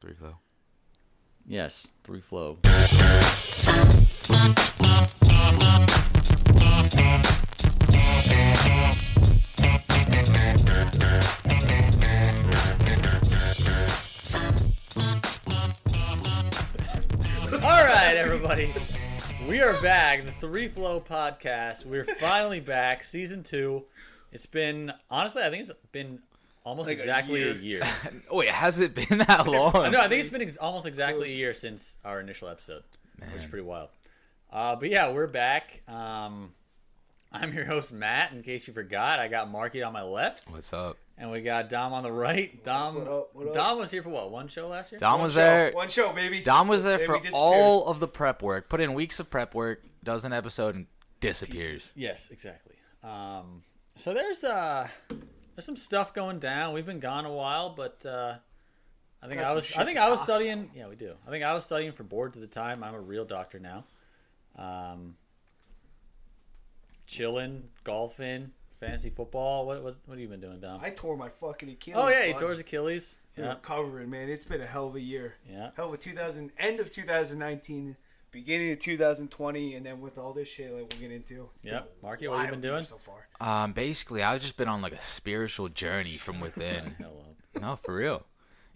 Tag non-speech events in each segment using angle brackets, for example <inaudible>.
Three flow. Yes, three flow. All right, everybody. We are back. The Three Flow podcast. We're finally back. Season two. It's been, honestly, I think it's been almost Like a exactly year. a year. Oh wait, has it <laughs> been <laughs> that long? No, I think it's been ex- almost exactly a year since our initial episode, which is pretty wild. Uh, but yeah, we're back. Um, I'm your host Matt. In case you forgot, I got Marky on my left, What's up? and we got Dom on the right. Dom, what up, what up? Dom was here for what one show last year? Dom was Show. there. One show, baby. Dom was there Then for we disappeared. all of the prep work. Put in weeks of prep work, does an episode, and disappears. Yes, exactly. Um, so there's uh, there's some stuff going down. We've been gone a while, but uh, I think Got I some was shit I think to I was talk studying. Yeah, we do. I think I was studying for boards at the time. I'm a real doctor now. Um, chilling, golfing, fantasy football. What what what have you been doing, Dom? I tore my fucking Achilles. oh yeah, he bud. tore his Achilles. I'm Yeah, Recovering, man. It's been a hell of a year. yeah. Hell of a 2000, end of 2019, beginning of 2020, and then with all this shit like we'll get into. It's been Yep. a Marky, what have you wild been doing? year so far? Um, basically, I've just been on like a spiritual journey from <laughs> within. Hello. <laughs> no, for real.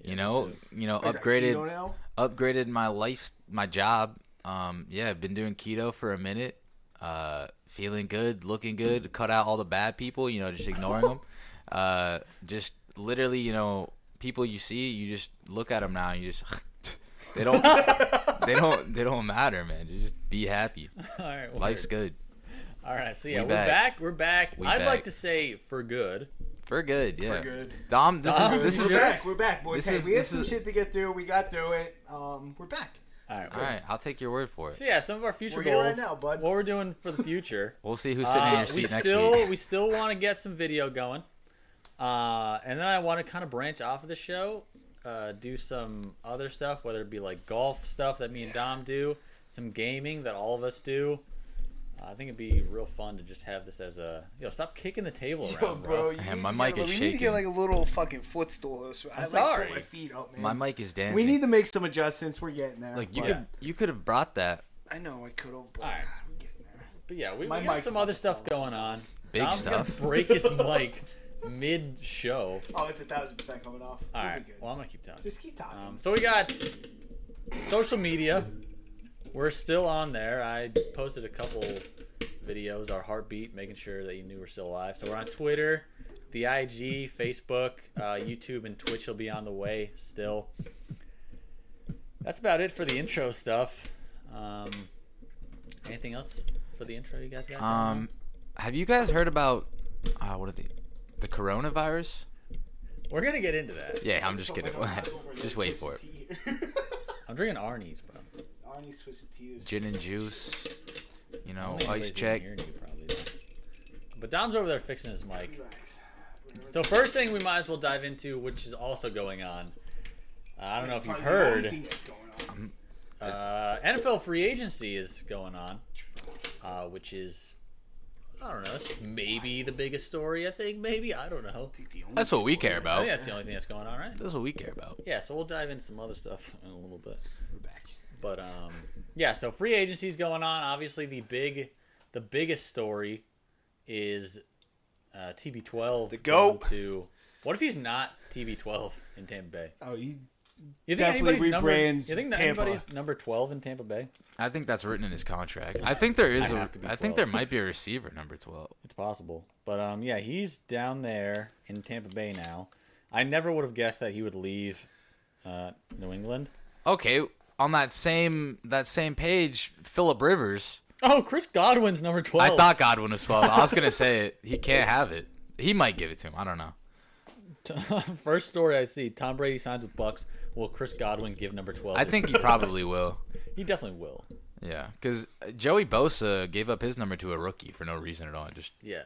You know, too. you know, Is that keto upgraded, now? upgraded my life, my job. Um, yeah, I've been doing keto for a minute. Uh, feeling good, looking good. Cut out all the bad people. You know, just ignoring them. Uh, just literally, you know, people you see, you just look at them now. And you just <laughs> they don't, they don't, they don't matter, man. Just be happy. All right. well, Life's good. All right. So yeah, We we are back. back. We're back. We I'd back. like to say for good. For good, yeah. We're good. Dom, this Dom, is this we're is back. We're back, boys. this Hey, is- we had this some is- shit to get through. We got through it. Um, we're back. <laughs> All right. All right, I'll take your word for it. So yeah, some of our future We're here goals. right now, bud. What we're doing for the future. We'll see who's <laughs> sitting in Uh, your seat we next still week. we still want to get some video going, uh, and then I want to kind of branch off of the show, uh, do some other stuff, whether it be like golf stuff that me and Dom do, some gaming that all of us do. Uh, I think it'd be real fun to just have this as a yo. Stop kicking the table around, <laughs> Yo, bro. bro, you Man, need my to mic get, is We need to shaking. get like a little fucking footstool. So I like sorry. put my feet up, man. My mic is dancing. we need to make some adjustments. We're getting there. like you but- could you could have brought that I know I could have, but Alright. we're getting there. But yeah, we, we My got mic's some on other the stuff phone. going on. big Dom's stuff. gonna break <laughs> his mic mid show. Oh, it's a thousand percent coming off. All We'll be right. good. Well, I'm gonna keep talking. Just keep talking. Um, so we got social media. We're still on there. I posted a couple videos, our heartbeat, making sure that you knew we're still alive. So we're on Twitter, the IG, Facebook, uh, YouTube, and Twitch will be on the way still. That's about it for the intro stuff. Um, anything else for the intro you guys got? going on? um have you guys heard about uh what are the the coronavirus we're gonna get into that. yeah i'm just kidding <laughs> <laughs> just wait for it <laughs> I'm drinking Arnie's, bro. Arnie Swiss tears. gin and juice you know Only Oh, ice nobody's check even hearing you, probably. But Dom's over there fixing his mic. Relax. So first thing we might as well dive into, which is also going on. Uh, I don't know if you've Probably the only heard, thing that's going on. uh, NFL free agency is going on, uh, which is I don't know. That's maybe the biggest story. I think maybe I don't know. that's what we care I about think that's the only thing that's going on, right? that's what we care about Yeah. So we'll dive into some other stuff in a little bit. We're back. But um, yeah, so free agency's going on. Obviously, the big, the biggest story is uh, TB12. The GOAT. To what if he's not TB12 in Tampa Bay? Oh, you You think Definitely anybody's number, rebrands You think that Tampa. anybody's number 12 in Tampa Bay? i think that's written in his contract i think there is I a have to be i think 12. there might be a receiver number 12 It's possible. But um, yeah, he's down there in Tampa Bay now. I never would have guessed that he would leave uh, New England. okay on that same that same page philip rivers Oh, Chris Godwin's number 12. i thought godwin was 12 i was gonna say it he can't have it he might give it to him i don't know First story I see Tom Brady signs with Bucks. Will Chris Godwin give number 12? i think he probably will he definitely will. Yeah, because Joey Bosa gave up his number to a rookie for no reason at all. Just Yeah.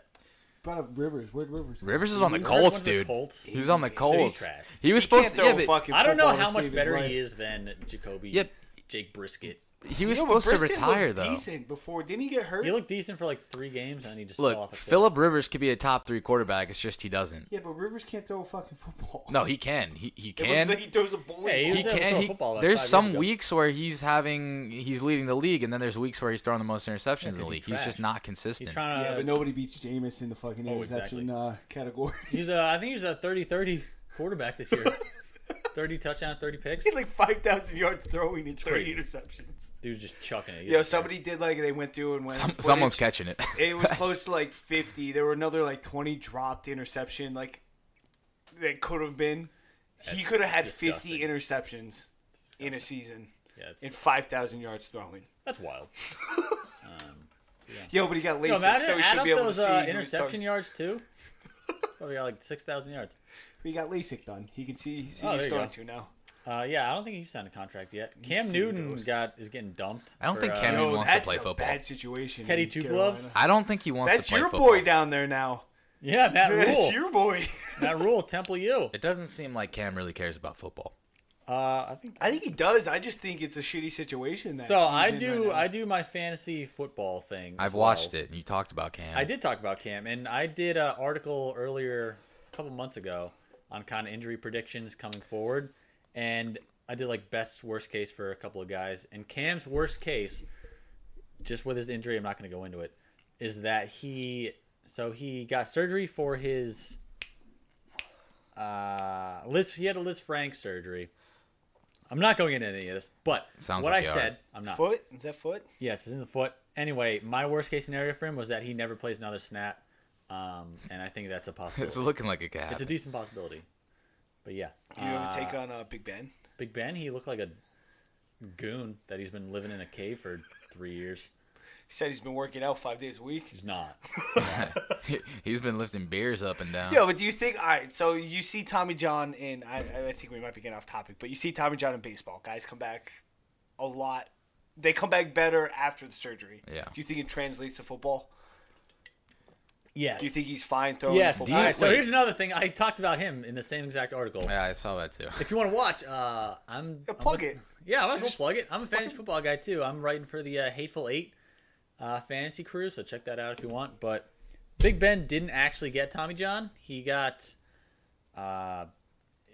brought up Rivers. Where'd Rivers? go? Rivers is on the Rivers Colts, went to the dude. Colts. He was on the Colts. trash. He was supposed to. Yeah, but, fucking I don't know football how to much save his better life. he is than Jacoby, Yep. Jake Brisket, He was You know, but supposed to Brisket retire looked though. Decent before. Didn't he get hurt? He looked decent for like three games, and he just fell off Look, a cliff. Philip Rivers could be a top three quarterback. It's just he doesn't. yeah, but Rivers can't throw a fucking football. No, he can. He he <laughs> It looks can. like he throws a bowling Yeah, he ball. he was able can. to throw a He, football about there's five years some ago. weeks where he's having he's leading the league, and then there's weeks where he's throwing the most interceptions in the 'cause league. he's He's just trash. not He's consistent. trying to. Yeah, but nobody beats Jameis in the fucking uh, Oh, interception uh, category. He's a. I think he's a 30-30 quarterback <laughs> this year. Thirty touchdowns, thirty picks. He had, like five thousand yards throwing and thirty crazy. interceptions. Dude's just chucking it. He Yo, doesn't care. somebody did like they went through and went. <laughs> Some- footage. someone's catching it. It was close to like fifty. There were another like twenty dropped interception. Like that could have been. he could have had fifty interceptions in a season Yeah, it's- and five thousand yards throwing. that's wild. Yo, but he got Yo, LASIK, imagine so he add should up be able those to see. uh, who was interception throwing. yards <laughs> too. Probably got like six thousand yards. He got LASIK done. He can see. He see Oh, who's there you throwing go. to now. Uh, yeah, I don't think he's signed a contract yet. Cam seen Newton those. got is getting dumped. I don't for, think uh, Cam Newton- Yo, wants to that's play a football. bad situation. Teddy in Two Carolina. Gloves? <laughs> I don't think he wants That's to play your football. boy down there now. <laughs> <laughs> Yeah, Matt That's Rule. your boy. Matt Rule, Temple <laughs> U. It doesn't seem like Cam really cares about football. Uh, I think I think he does. I just think it's a shitty situation. That so. he's I in do. right now. I do my fantasy football thing. as I've well. watched it, and you talked about Cam. I did talk about Cam, and I did an article earlier, a couple months ago, on kind of injury predictions coming forward, and I did like best worst case for a couple of guys, and Cam's worst case, just with his injury, I'm not going to go into it, is that he so he got surgery for his uh Liz he had a Liz Frank surgery. I'm not going into any of this, but Sounds what like I you are. said, I'm not. foot. Is that foot? Yes, it's in the foot. Anyway, my worst case scenario for him was that he never plays another snap, um, and I think that's <laughs> a It's possibility. looking like it could happen. it's a decent possibility. But yeah, You have Uh, a take on uh, Big Ben? Big Ben, he looked like a goon that he's been living in a cave for three years. He said he's been working out five days a week. He's not. <laughs> <laughs> He's been lifting beers up and down. Yo, but do you think? All right, so you see Tommy John in. I, I think we might be getting off topic, but you see Tommy John in baseball. Guys come back a lot. They come back better after the surgery. Yeah. Do you think it translates to football? Yes. Do you think he's fine throwing the Yes. All football? Do you- right, so wait. here's another thing. I talked about him in the same exact article. yeah, I saw that too. <laughs> If you want to watch, uh, I'm I'm Yeah, look- plug it. Yeah, I might as well Just plug it. I'm a fantasy football guy too. I'm writing for the uh, Hateful Eight uh, fantasy crew, so check that out if you want. But Big Ben didn't actually get Tommy John. He got. Uh,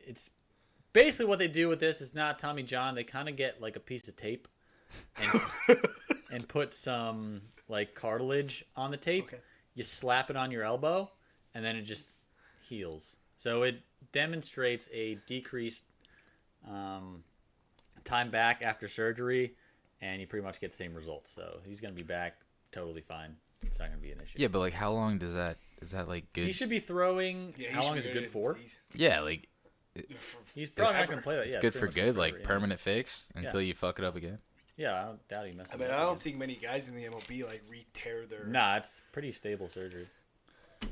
it's basically what they do with this. It's not Tommy John. They kind of get like a piece of tape, and and put some like cartilage on the tape. Okay. You slap it on your elbow, and then it just heals. So it demonstrates a decreased um, time back after surgery, and you pretty much get the same results. So he's going to be back totally fine. It's not going to be an issue. Yeah, but like, how long does that? Is that like He good? should be throwing. Yeah, he how should long be is it good at for? least- Yeah, like He's probably not forever. going to play that. it's yeah, good pretty for much good, forever, like yeah. permanent fix until you fuck it up again. Yeah, I don't doubt he messes. I mean, it up I don't again. think many guys in the MLB like re-tear their. Nah, it's pretty stable surgery.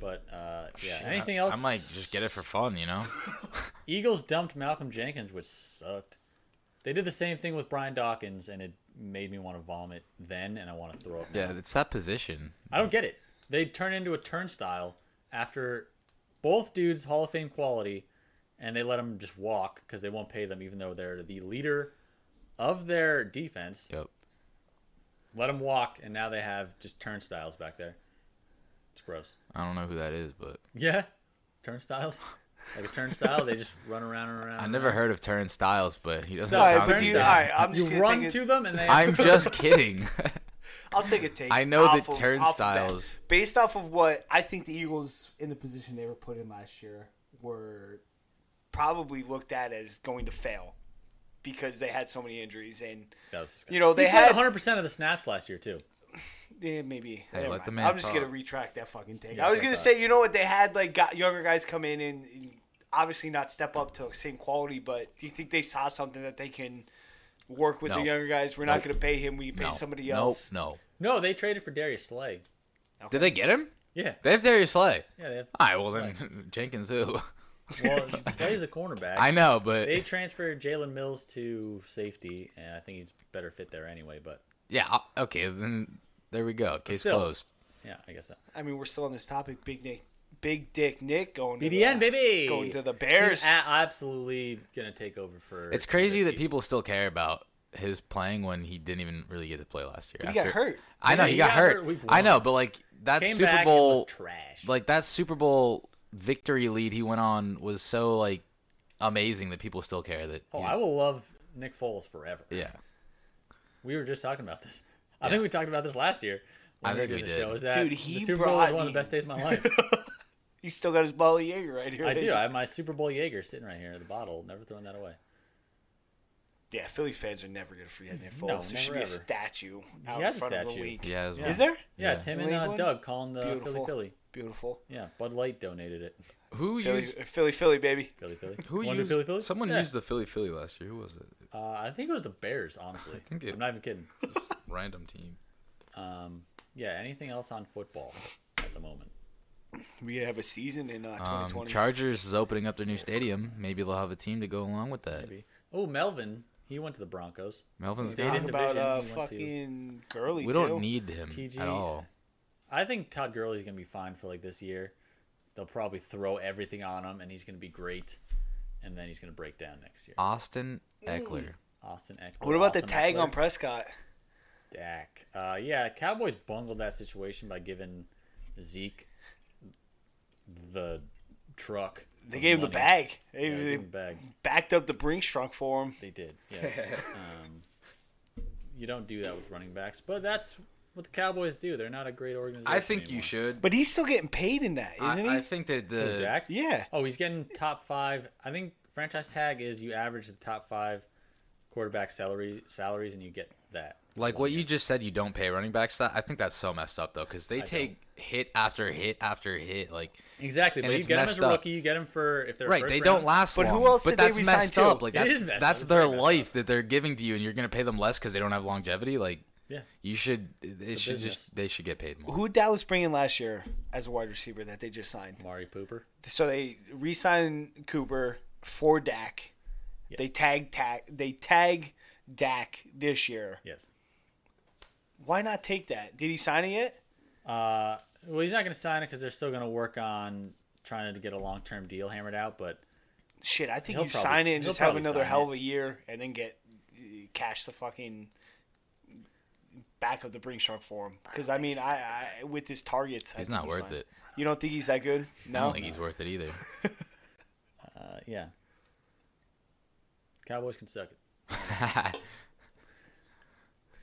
But uh, yeah, Shit, anything I, else? I might just get it for fun, you <laughs> know. Eagles dumped Malcolm Jenkins, which sucked. They did the same thing with Brian Dawkins, and it made me want to vomit then, and I want to throw up. now. yeah, it's that position. I don't get it. They turn into a turnstile after both dudes Hall of Fame quality, and they let them just walk because they won't pay them, even though they're the leader of their defense. Yep. Let them walk, and now they have just turnstiles back there. It's gross. I don't know who that is, but Yeah, turnstiles. Like a turnstile, they just run around and around. I and never around. heard of turnstiles, but he doesn't So, Alright, sound but you- too bad. alright, I'm just you gonna run take it- to them and they. <laughs> I'm <laughs> just kidding. I'll take a take. I know the off of- off of that. turnstiles. Based off of what I think the Eagles in the position they were put in last year were probably looked at as going to fail because they had so many injuries and you know they had 100 percent of the snaps last year too. eh, maybe. Hey, never let the mind. man I'm just talk. gonna retract that fucking take. Yeah, I was go gonna talk. say you know what they had like got younger guys come in and, and obviously not step up to the same quality, but do you think they saw something that they can work with No. the younger guys? We're not Nope. gonna pay him. We can pay no. somebody Nope, else. No, No, they traded for Darius Slay. Did they get him? Yeah, They have Darius Slay. yeah. They have, All right, well then <laughs> Jenkins who? <laughs> well, Slay's a cornerback. I know, but They transferred Jalen Mills to safety, and I think he's better fit there anyway. But yeah, I'll- okay, then there we go. Case still. closed. yeah, I guess so. I mean, we're still on this topic. Big Nick, Big Dick Nick going to BDN the, baby going to the He's Bears. a- absolutely gonna take over for. It's crazy that Trubisky. people still care about his playing when he didn't even really get to play last year. But he got hurt. I know Yeah, he, got, hurt. week I one. know, but like that Came Super back and Bowl was trash. like that Super Bowl victory lead he went on was so like amazing that people still care that. oh, he- I will love Nick Foles forever. yeah, We were just talking about this. I think we talked about this last year. I think did we the did. Show, is that Dude, Dude, he the Super Bowl was brought one of the- the best days <laughs> of my life. He's still got his bottle of Jaeger right here. I do. I have my Super Bowl Jaeger sitting right here in the bottle. Never throwing that away. Yeah, Philly fans are never gonna forget Nick Foles. No, there never should be ever. a statue out has in a front of the statue. league. he has Yeah. one. Is there? Yeah, it's him and New uh, England? Doug calling the Beautiful. Philly Philly. Beautiful. Yeah, Bud Light donated it. <laughs> Who Philly, used? Philly, Philly, baby. Philly Philly. Who Wonder used? uh, Philly Philly? Someone Yeah. used the Philly Philly last year. Who was it? Uh, I think it was the Bears. <laughs> Honestly, think it- I'm not even kidding. Random team. Um, yeah. Anything else on football at the moment? We could have a season in uh, Um, 2020. Chargers is opening up their new stadium. Maybe they'll have a team to go along with that. Maybe. Oh, Melvin. He went to the Broncos. Melvin's They gone. didn't- about division, uh, he went to- fucking Gurley. We don't too. need him TG. at all. I think Todd Gurley's gonna be fine for like this year. They'll probably throw everything on him, and he's gonna be great. And then he's gonna break down next year. Austin Eckler. Austin Eckler. What about the Austin tag Eckler, on Prescott? Dak? Uh, yeah, Cowboys bungled that situation by giving Zeke the truck. They of gave him the money. bag. They, Yeah, they they gave him the bag. backed up the Brinks trunk for him. They did, <laughs> yes. um, you don't do that with running backs, but that's what the Cowboys do. They're not a great organization. I think you anymore. should. But he's still getting paid in that, I, isn't he? I think that the Who, Dak? yeah. Oh, he's getting top five. I think franchise tag is you average the top five quarterback salary salaries, and you get that. Like what you just said, you don't pay running backs. That I think that's so messed up though, because they take hit after hit after hit. Like Exactly, And but you it's get him as messed a up. rookie. You get him for if they're right, first they round. don't last. But who long. else But did they that's resign messed to? up. Like It that's is messed up. that's It's their very messed life that they're giving to you, and you're gonna pay them less because they don't have longevity. Like Yeah, you should. It a should business. just they should get paid more. Who did Dallas bring in last year as a wide receiver that they just signed? Mari Pooper. So they re-signed Cooper for Dak. They Yes. tag tag they tag Dak this year. Yes. Why not take that? Did he sign it yet? Uh, well, he's not going to sign it because they're still going to work on trying to get a long term deal hammered out. But Shit, I think He'll you probably- sign it and he'll just have probably another sign hell it. of a year and then get uh, cash the fucking back of the Brinks truck for him. Because I mean, I, I with his targets, I He's think not worth fine. it. You don't think he's that good? I don't No. think he's worth it either. <laughs> uh, yeah, Cowboys can suck it.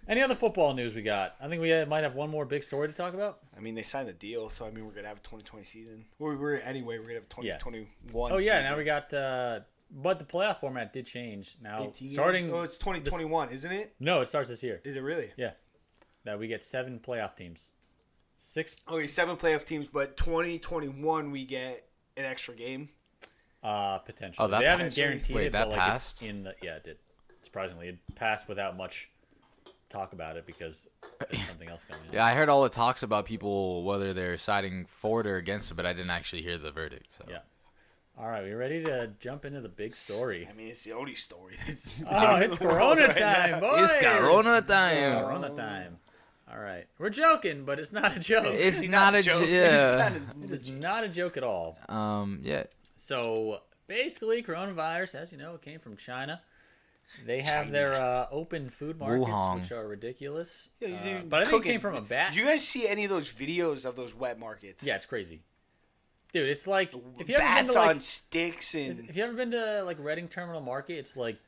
Any other football news we got? I think we uh, might have one more big story to talk about. I mean, they signed the deal, so I mean, we're gonna have a 2020 season. Well, we were anyway. We're gonna have a Yeah. 2021. Oh yeah, season. now we got. Uh, but the playoff format did change now. 18 Starting Oh, it's 2021, isn't it? no, it starts this year. Is it really? Yeah, that we get seven playoff teams, six. Okay, seven playoff teams, but 2021 we get an extra game. Uh, potential. Oh, that they haven't passed? guaranteed Wait, it, that but like passed? it's in the yeah, it did. Surprisingly, it passed without much talk about it because <coughs> there's something else going on. yeah, I heard all the talks about people whether they're siding forward or against it, but I didn't actually hear the verdict. So Yeah. All right, we ready to jump into the big story? <laughs> I mean, it's the only story. <laughs> That's Oh, it's Corona time, boys! it's Corona time. Corona time. All right, we're joking, but it's not a joke. It <laughs> It's not a joke. j- It's yeah. Uh, not a- is not a joke at all. Um. Yeah. So basically, coronavirus, as you know, it came from China. They have their uh, open food markets, Wuhan. which are ridiculous. Yeah, you Uh, didn't but I think cook it came it. from a bat. You guys see any of those videos of those wet markets? Yeah, it's crazy, dude. It's like if you ever been Bats to like on sticks and if you ever been to like Reading Terminal Market, it's like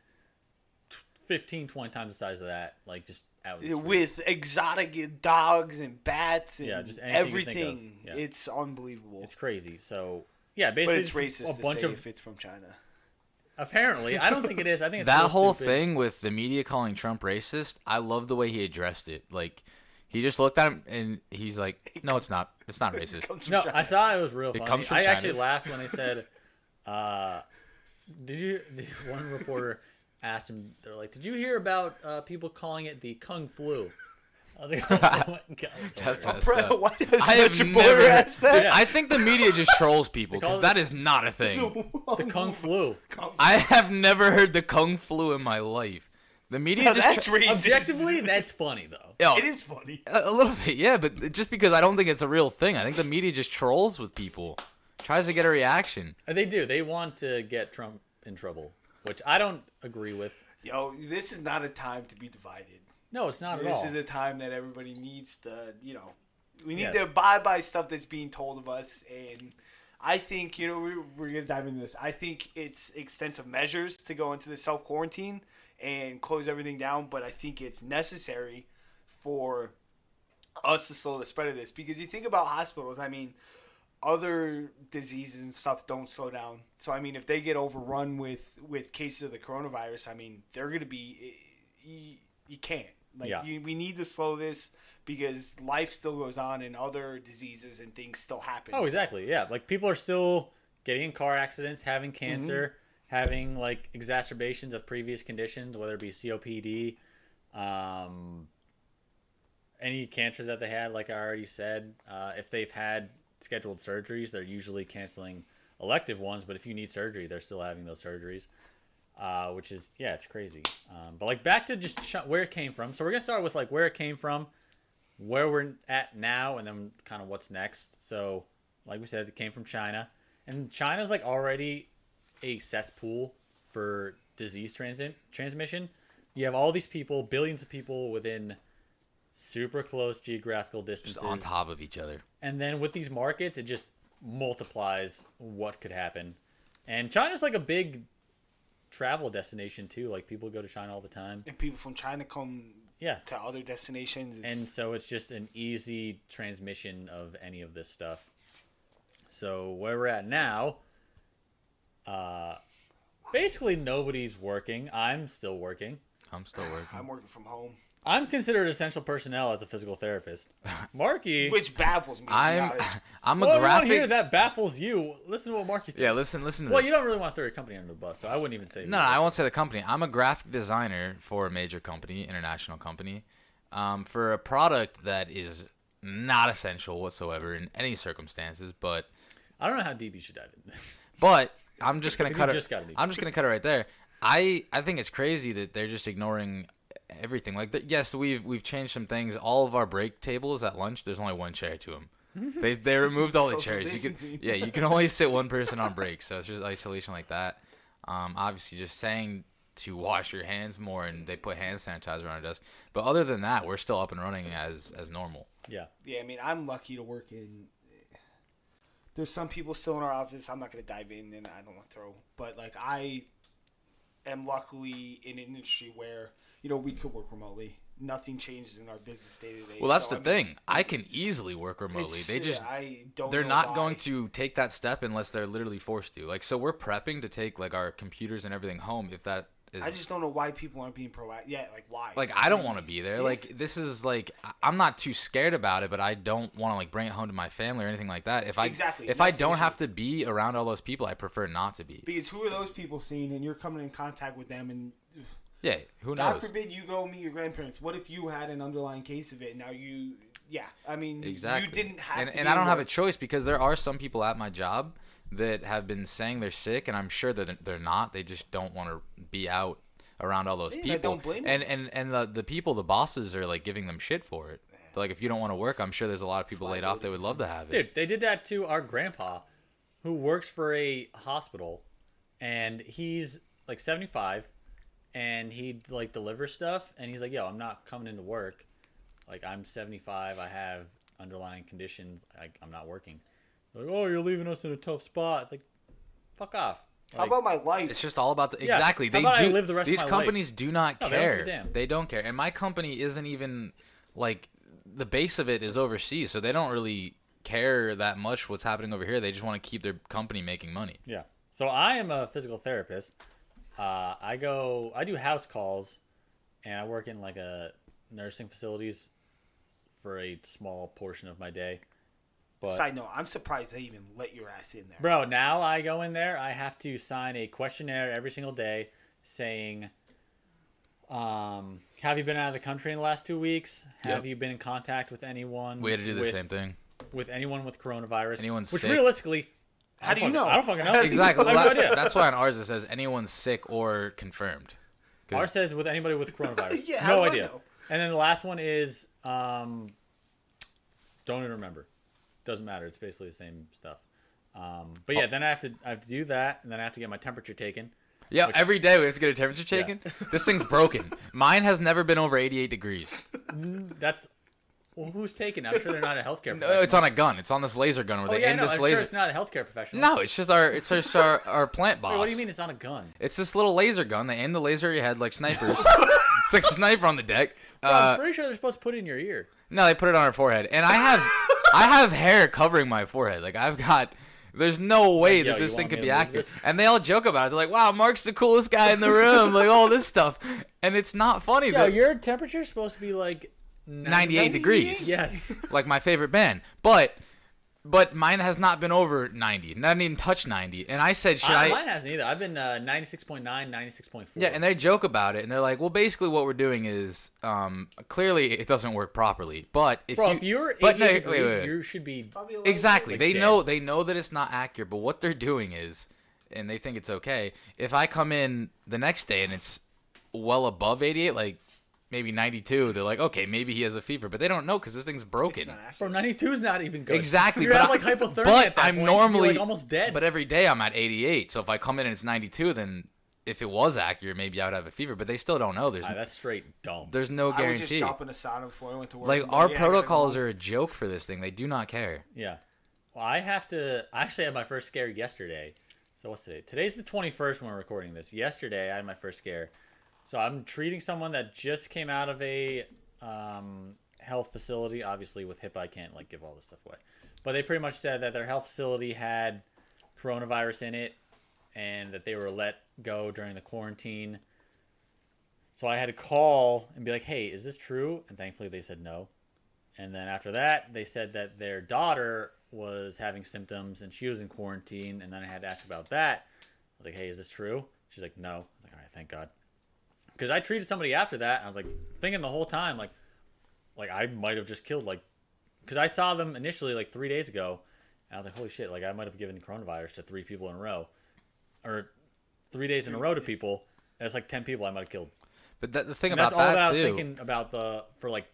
t- 15, 20 times the size of that. Like just out in the streets. with exotic dogs and bats and Yeah, just anything you think of. everything. Yeah. It's unbelievable. It's crazy. So yeah, but basically it's just racist a to bunch say of if it's from <laughs> China. apparently. I don't think it is. I think it's that real whole stupid. thing with the media calling Trump racist, I love the way he addressed it. Like, he just looked at him and he's like, "No, it's not. It's not racist." <laughs> Comes from No, China. I saw it was real funny. comes from I China. actually laughed when they said, <laughs> uh, "Did you?" <laughs> One reporter asked him, "They're like, did you hear about uh, people calling it the kung flu?" I was like, <laughs> oh my God, that's hilarious. messed Bro, up. why does I have Mr. never. <laughs> Porter ask that? Dude, I think the media just trolls people call because it- that is not a <laughs> thing. the kung flu. I have never heard the kung flu in my life. The media Now just that's tr- racist. Objectively, that's funny though. Yo, it is funny. a a little bit, yeah, but just because I don't think it's a real thing, I think the media just trolls with people, tries to get a reaction. They do. They want to get Trump in trouble, which I don't agree with. Yo, this is not a time to be divided. No, it's not at This all. is a time that everybody needs to, you know, we need Yes. to abide by stuff that's being told of us. And I think, you know, we, we're going to dive into this. I think it's extensive measures to go into the self quarantine and close everything down, but I think it's necessary for us to slow the spread of this because you think about hospitals, I mean, other diseases and stuff don't slow down. So I mean, if they get overrun with with cases of the coronavirus, I mean, they're going to be eh, you, you can't. Like Yeah. you, we need to slow this because life still goes on and other diseases and things still happen. Oh, exactly. Yeah, like people are still getting in car accidents, having cancer, having like exacerbations of previous conditions, whether it be COPD, um, any cancers that they had. Like I already said, uh, if they've had scheduled surgeries, they're usually canceling elective ones. But if you need surgery, they're still having those surgeries. Uh, which is yeah, it's crazy. Um, but like back to just ch- where it came from. So we're gonna start with like where it came from, where we're at now, and then kind of what's next. So like we said, it came from China, and China's like already a cesspool for disease transi- transmission. You have all these people, billions of people within super close geographical distances, Just on top of each other. and then with these markets, it just multiplies what could happen. And China's like a big travel destination too. Like people go to China all the time. And people from China come Yeah. to other destinations. It's- And so it's just an easy transmission of any of this stuff. So where we're at now, uh, basically nobody's working. I'm still working. I'm still working. I'm working from home, I'm considered essential personnel as a physical therapist. Marky, which baffles me. to be I'm honest. <laughs> I'm a well, everyone here graphic. that baffles you. Listen to what Marky's doing. yeah, listen, listen to Well, this. you don't really want to throw your company under the bus, so I wouldn't even say. No, no, I won't say the company. I'm a graphic designer for a major company, international company, um, for a product that is not essential whatsoever in any circumstances. But I don't know how deep you should dive in this. <laughs> but I'm just gonna You cut it. just gotta be- I'm just gonna cut it right there. I I think it's crazy that they're just ignoring everything. Like the, yes, we've we've changed some things. All of our break tables at lunch, there's only one chair to them. They they removed all the Social chairs. You distancing. can yeah, you can only sit one person on break. So it's just isolation like that. Um, obviously, just saying to wash your hands more, and they put hand sanitizer on our desk. But other than that, we're still up and running as as normal. Yeah, Yeah, I mean, I'm lucky to work in. There's some people still in our office. I'm not going to dive in, and I don't want to throw. But like, I am luckily in an industry where you know we could work remotely. Nothing changes in our business day to day. Well, that's So, the I mean, thing. I can easily work remotely. it's- They just I don't. they're know not why. going to take that step unless they're literally forced to. Like, so we're prepping to take like our computers and everything home if that is. I just don't know why people aren't being proactive. Yeah, like why? like I don't want to be there. Like this is like I- I'm not too scared about it, but I don't want to like bring it home to my family or anything like that. If I Exactly, if I that's the don't issue. have to be around all those people, I prefer not to be. because who are those people seeing, and you're coming in contact with them, and Yeah, who God knows? forbid you go meet your grandparents. What if you had an underlying case of it? Now you, yeah, I mean, Exactly. you didn't have and, to. and be I don't have there. a choice because there are some people at my job that have been saying they're sick, and I'm sure that they're not. They just don't want to be out around all those Yeah, I people. don't blame you. and and and the the people, the bosses are like giving them shit for it. They're like, if you don't want to work, I'm sure there's a lot of people laid off that would love to have it. dude, they did that to our grandpa, who works for a hospital, and he's like 75, and he like delivers stuff, and he's like, "Yo, I'm not coming into work. Like, I'm 75. I have underlying conditions. Like, I'm not working." Like, oh, you're leaving us in a tough spot. It's like, fuck off. How Like, about my life? It's just all about the Yeah, exactly. how They do. about I live the rest of these my life? companies do not No, they don't give care. a damn. They don't care. And my company isn't even like the base of it is overseas, so they don't really care that much what's happening over here. They just want to keep their company making money. Yeah. So I am a physical therapist. Uh, I go, I do house calls, and I work in like a nursing facilities for a small portion of my day. But Side note, I'm surprised they even let your ass in there. bro, now I go in there, I have to sign a questionnaire every single day saying, um, have you been out of the country in the last two weeks? Have Yep. you been in contact with anyone? We had to do the with, same thing. with anyone with coronavirus. Anyone which sick? realistically, I How don't do fucking- you know? I don't fucking <laughs> know. <laughs> Exactly. I have no Well, idea. That's why on ours it says anyone sick or confirmed. Ours says with anybody with coronavirus. Yeah, no how do I idea. know? And then the last one is um, don't even remember. Doesn't matter. It's basically the same stuff. Um, but yeah, then I have to I have to do that, and then I have to get my temperature taken. Yeah, every day we have to get a temperature taken. This thing's <laughs> broken. Mine has never been over 88 degrees. That's well, who's taking? it? I'm sure they're not a healthcare. No, it's on a gun. It's on this laser gun where Oh they yeah, aim no, this I'm laser. sure it's not a healthcare professional. no, it's just our it's just our, our plant boss. Wait, what do you mean it's not a gun? It's this little laser gun. They aim the laser at your head like <laughs> snipers. it's like a sniper on the deck. I'm Uh, pretty sure they're supposed to put it in your ear. no, they put it on her forehead, and I have I <laughs> have hair covering my forehead. Like I've got. There's no way Like, yo, that you this thing want me could to be lose accurate. this? And they all joke about it. They're like, "Wow, Mark's the coolest guy in the room." like all this stuff, and it's not funny. No, that- your temperature's supposed to be like 98 degrees. <laughs> Yes. Uh, like my favorite band. But but mine has not been over 90. Not even touched 90. And I said, should I, I? mine hasn't either. I've been uh, 96.9, 96.4. Yeah, and they joke about it, and they're like, "Well, basically, what we're doing is, um, clearly it doesn't work properly." But if Bro, you, if you're 88 but no, wait, degrees, wait, wait. you should be. exactly, like, they dead. know they know that it's not accurate. But what they're doing is, and they think it's okay. If I come in the next day and it's well above 88, like maybe 92, they're like, "Okay, maybe he has a fever," but they don't know because this thing's broken. Bro, 92 is not even good. Exactly, You're but at, I- like hypothermia. But at that I'm point. You should be, normally like, almost dead. But every day I'm at 88. So if I come in and it's 92, then if it was accurate, maybe I would have a fever. But they still don't know. There's Ah, that's straight dumb. there's no I would just guarantee. drop an Asana before I went to work. Like and be our "Yeah, I gotta go protocols home." are a joke for this thing. They do not care. Yeah. Well, I have to. I actually had my first scare yesterday. So what's today? Today's the 21st when we're recording this. Yesterday, I had my first scare. So I'm treating someone that just came out of a um, health facility. Obviously, with HIPAA, I can't like give all this stuff away. But they pretty much said that their health facility had coronavirus in it, and that they were let go during the quarantine. So I had to call and be like, "Hey, is this true?" And thankfully, they said no. And then after that, they said that their daughter was having symptoms and she was in quarantine. And then I had to ask about that. I was like, hey, is this true? She's like, no. I was like, all right, thank God. Because I treated somebody after that. And I was like, thinking the whole time, like, like I might have just killed, like, because I saw them initially like three days ago. And I was like, holy shit, like I might have given coronavirus to three people in a row or three days in a row to people. That's like 10 people I might have killed. But that, the thing And about that's all that, I that was too, thinking about the, for like,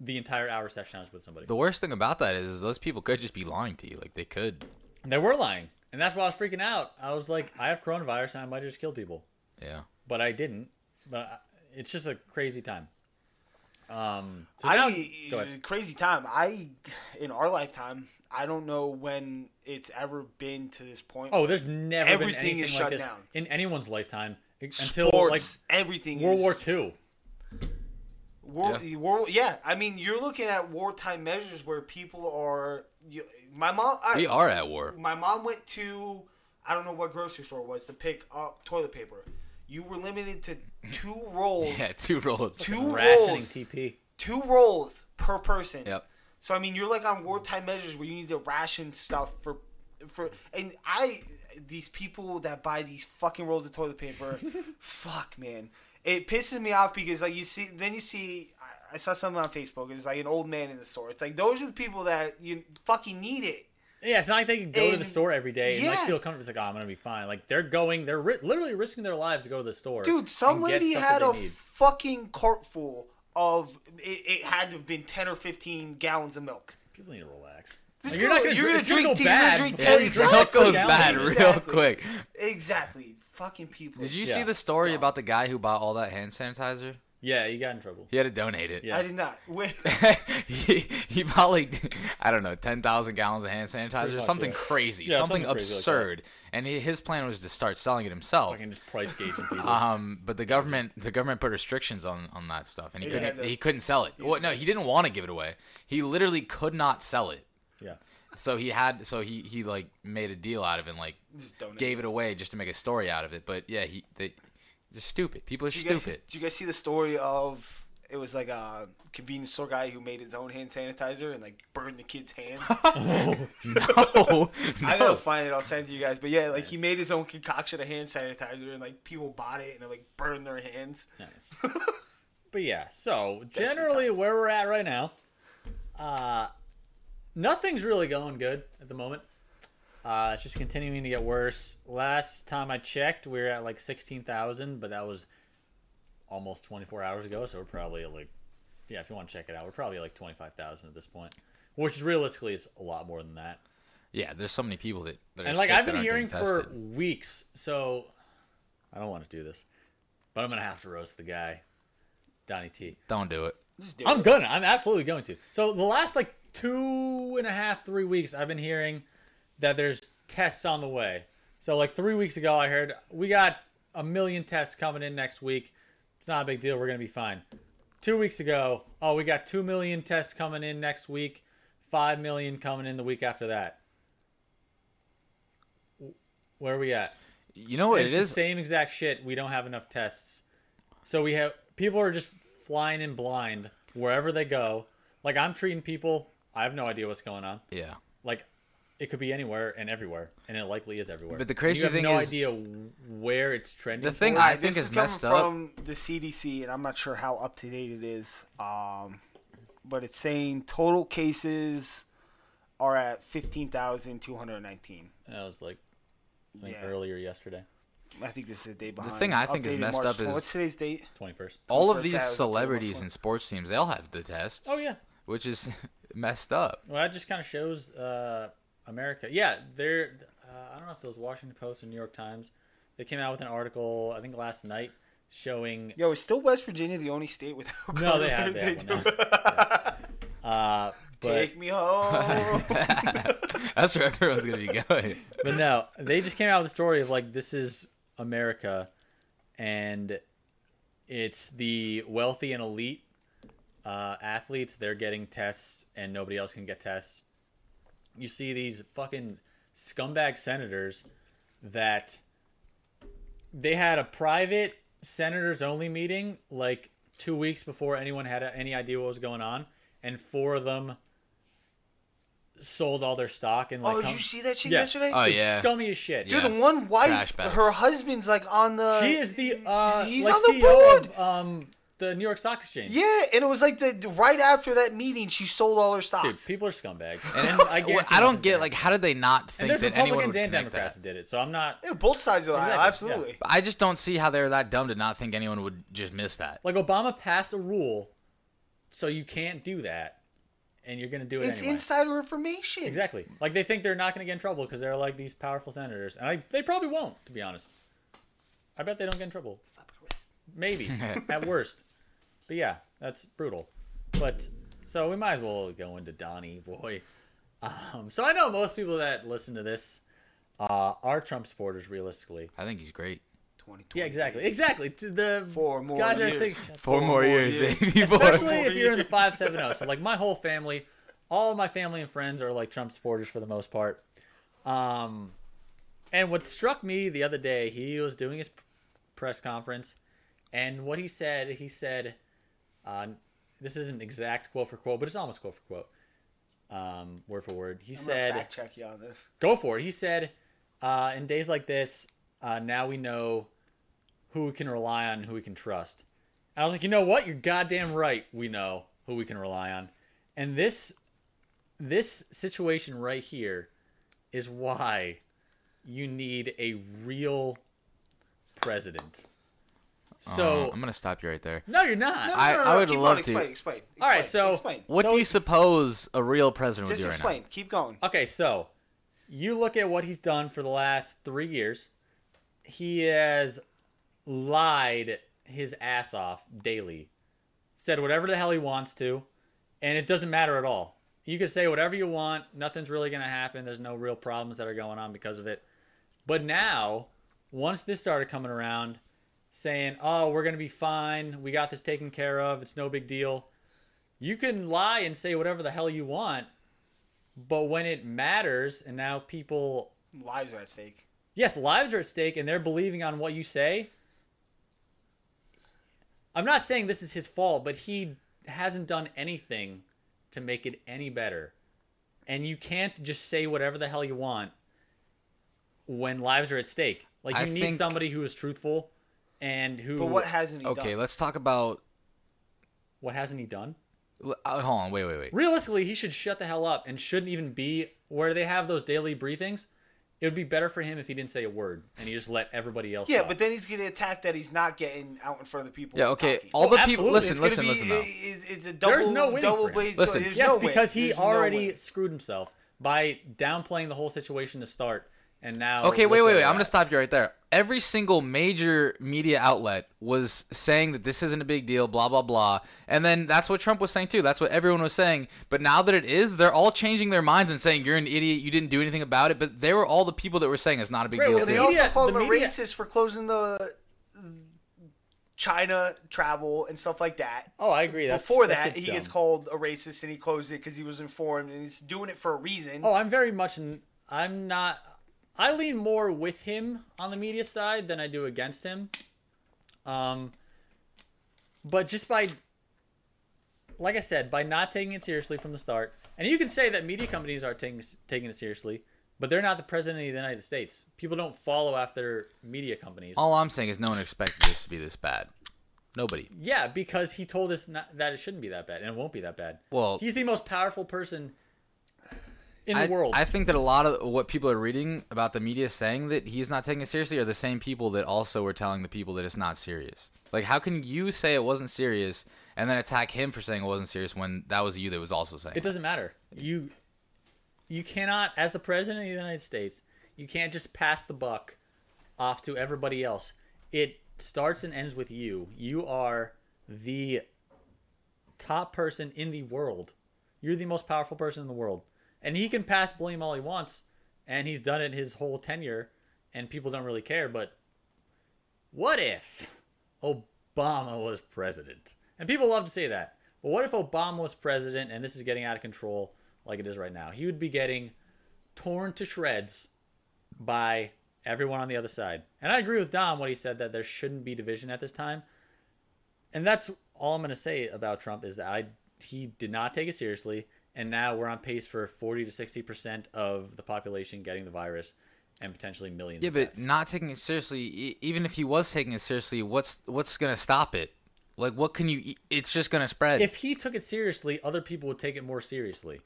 the entire hour session I was with somebody. the worst thing about that is, is those people could just be lying to you. Like they could. They were lying. And that's why I was freaking out. I was like, I have coronavirus and I might have just killed people. Yeah. But I didn't. But I, it's just a crazy time. Um, so now, I uh, go ahead. crazy time. I in our lifetime, I don't know when it's ever been to this point. Oh, there's never Everything been anything is like shut this down. in anyone's lifetime i- until sports, like everything. World is- War II. World, yeah. World, yeah. I mean, you're looking at wartime measures where people are. You, my mom. I, We are at war. <laughs> My mom went to I don't know what grocery store it was to pick up toilet paper. You were limited to two rolls. Yeah, two rolls. Two Rationing rolls. TP. two rolls per person. Yep. So I mean, you're like on wartime measures where you need to ration stuff for, for, and I these people that buy these fucking rolls of toilet paper, fuck man, it pisses me off because like you see, then you see, I, I saw something on Facebook. It's like an old man in the store. It's like those are the people that you fucking need it. Yeah, it's not like they can go to the And- store every day and like yeah. feel comfortable. It's like, oh, I'm gonna be fine. Like they're going, they're ri- literally risking their lives to go to the store. Dude, some and get lady stuff that had they a need. fucking cart full of it, it had to have been ten or fifteen gallons of milk. People need to relax. This Like, you're not girl- gonna, you're drink- gonna it's gonna drink go tea, you're gonna bad Milk before you drink tea. drink Exactly. two goes gallons. bad real Exactly. quick. Exactly, fucking people. Did you see Yeah. the story about the guy who bought all that hand sanitizer? Yeah, you got in trouble. He had to donate it. Yeah. I did not. <laughs> Wait. <laughs> he, he bought like <laughs> I don't know, ten thousand gallons of hand sanitizer, much, something yeah. crazy, Yeah, something, something crazy like that. absurd. and he, his plan was to start selling it himself. Fucking just price gauging people. Um, but the government the government put restrictions on, on that stuff, and he Yeah, couldn't the- he couldn't sell it. Well, no, he didn't want to give it away. He literally could not sell it. yeah. So he had so he he like made a deal out of it, and like Just donate. gave it away just to make a story out of it. But yeah, he they just stupid. People are Did you guys- <laughs> stupid. Did you guys see the story of it was like a convenience store guy who made his own hand sanitizer and like burned the kid's hands? <laughs> no, I no. gotta find it. I'll send it to you guys. But yeah, like he made his own concoction of hand sanitizer and like people bought it and it like burned their hands. Nice. but yeah, so generally where we're at right now, uh, nothing's really going good at the moment. Uh, it's just continuing to get worse. Last time I checked, we were at like 16,000, but that was almost 24 hours ago. So we're probably at like, yeah, if you want to check it out, we're probably at like 25,000 at this point, which realistically is a lot more than that. Yeah, there's so many people that, that are and like sick I've that been aren't hearing getting for tested. weeks. So I don't want to do this, but I'm gonna have to roast the guy, Donnie T. Don't do it. Just do I'm it. gonna. I'm absolutely going to. So the last like two and a half, three weeks, I've been hearing that there's tests on the way. So like three weeks ago, I heard we got a million tests coming in next week. It's not a big deal. We're gonna be fine. Two weeks ago, oh, we got two million tests coming in next week. Five million coming in the week after that. W- Where are we at? You know what it's it is? the same exact shit. We don't have enough tests, so we have people are just flying in blind wherever they go. Like I'm treating people, I have no idea what's going on. Yeah. Like it could be anywhere and everywhere, and it likely is everywhere. But the And crazy you have thing no is- idea where it's trending. The thing towards. I Alright, think this is coming messed up- from the CDC, and I'm not sure how up to date it is. Um, but it's saying total cases are at fifteen thousand two hundred nineteen. that was like I think Yeah. earlier yesterday, I think this is a day behind. thing I think is Updated messed March up 20 is- what's today's date? 21st. All of first these half of the celebrities World and sports teams, they'll have the tests. Oh yeah. Which is <laughs> messed up. Well, that just kind of shows uh, America. Yeah, they're. Uh, I don't know if it was Washington Post or New York Times. They came out with an article I think last night showing Yo, is still West Virginia the only state without? <laughs> No, they have that coronavirus? one. now. Uh, but, Take <laughs> me home. Oh, That's where everyone's gonna be <laughs> going. but no, they just came out with a story of like this is America, and it's the wealthy and elite uh, athletes. They're getting tests, and nobody else can get tests. You see these fucking scumbag senators that they had a private senators only meeting like two weeks before anyone had any idea what was going on, and four of them sold all their stock and like oh, did come- you see that shit Yeah. yesterday? Oh It's yeah. scummy as shit. Yeah. Dude, the one wife, Trash bags. her husband's like on the. She is the uh, He's like on the CEO of um, the New York Stock Exchange. Yeah, and it was like the right after that meeting, she sold all her stocks. Dude, people are scumbags. And And <laughs> <laughs> I, well, guarantee I don't nothing's get there. like how did they not And think there's that anyone Republicans would and connect Democrats that? that did it, so I'm not Yeah, both sides of the aisle, Exactly, yeah. absolutely. But I just don't see how they're that dumb to not think anyone would just miss that. like Obama passed a rule, so you can't do that, and you're gonna do it It's anyway. insider information. Exactly. Like they think they're not gonna get in trouble because they're like these powerful senators, and I, they probably won't, to be honest. I bet they don't get in trouble. Maybe at worst. But yeah, that's brutal. But so we might as well go into Donnie boy. Um, so I know most people that listen to this uh, are Trump supporters, realistically. I think he's great. 2020. Yeah, exactly, exactly. To the Four more guys that are years. saying- Four, more, years, years. baby. Four. <laughs> especially if Four you're in the five seven zero. So like my whole family, all of my family and friends are like Trump supporters for the most part. Um, and what struck me the other day, he was doing his p- press conference, and what he said, he said, uh, this isn't exact quote for quote, but it's almost quote for quote, um, word for word. He I'm said gonna fact check you on this. go for it. He said, uh, in days like this, uh, now we know who we can rely on, and who we can trust. And I was like, you know what? You're goddamn right. We know who we can rely on, and this this situation right here is why you need a real president. So Uh, I'm gonna stop you right there. no, you're not. No, I- no, no, I no, would keep love on, to. Explain, explain, explain. All right, so- explain. What So- do you suppose a real president would Just do right explain. Keep going. Okay, so you look at what he's done for the last three years. He has lied his ass off daily, said whatever the hell he wants to, and it doesn't matter at all. You can say whatever you want, nothing's really going to happen. There's no real problems that are going on because of it. But now, once this started coming around, saying, oh, we're going to be fine, we got this taken care of, it's no big deal. You can lie and say whatever the hell you want, but when it matters, and now people, Lives are at stake. yes, lives are at stake, and they're believing on what you say. I'm not saying this is his fault, but he hasn't done anything to make it any better. And you can't just say whatever the hell you want when lives are at stake. Like you I need think- somebody who is truthful and who But what hasn't he now? Okay, done? let's talk about. what hasn't he done? l- uh, Hold on, wait, wait, wait. realistically, he should shut the hell up and shouldn't even be where they have those daily briefings. It would be better for him if he didn't say a word and he just let everybody else. Yeah, talk. but then he's getting attacked that he's not getting out in front of the people. Yeah, and okay. talking. All Oh, the people, absolutely. listen, it's listen, gonna listen. be, Though It's, it's a double, no winning double for him. blade. Listen. sword. There's yes, no win. because he There's no already win. screwed himself by downplaying the whole situation to start and now Okay, look wait, wait, where wait. we're I'm going to at. stop you right there. Every single major media outlet was saying that this isn't a big deal, blah, blah, blah. And then that's what Trump was saying, too. That's what everyone was saying. But now that it is, they're all changing their minds and saying, you're an idiot. You didn't do anything about it. But they were all the people that were saying it's not a big Right, deal, well, And they too. media- also call the him a media- racist for closing the China travel and stuff like that. Oh, I agree. That's, Before that that, shit's he dumb. gets called a racist and he closed it because he was informed and he's doing it for a reason. Oh, I'm very much. n- I'm not. I lean more with him on the media side than I do against him. Um, but just by, like I said, by not taking it seriously from the start, and you can say that media companies are taking taking it seriously, but they're not the president of the United States. People don't follow after media companies. All I'm saying is no one expected this to be this bad. Nobody. Yeah, because he told us not, that it shouldn't be that bad, and it won't be that bad. Well- he's the most powerful person in I, the world. I think that a lot of what people are reading about the media saying that he's not taking it seriously are the same people that also were telling the people that it's not serious. Like, how can you say it wasn't serious and then attack him for saying it wasn't serious when that was you that was also saying It it? doesn't matter. You you cannot, as the president of the United States, you can't just pass the buck off to everybody else. It starts and ends with you. You are the top person in the world. You're the most powerful person in the world. And he can pass blame all he wants, and he's done it his whole tenure, and people don't really care. But what if Obama was president? And people love to say that. But what if Obama was president and this is getting out of control like it is right now? He would be getting torn to shreds by everyone on the other side. And I agree with Dom when he said that there shouldn't be division at this time. And that's all I'm going to say about Trump is that I he did not take it seriously and now we're on pace for 40 to 60% of the population getting the virus and potentially millions Yeah, of but deaths. not taking it seriously. e- Even if he was taking it seriously, what's what's gonna stop it? Like, what can you? e- It's just gonna spread. if he took it seriously, other people would take it more seriously.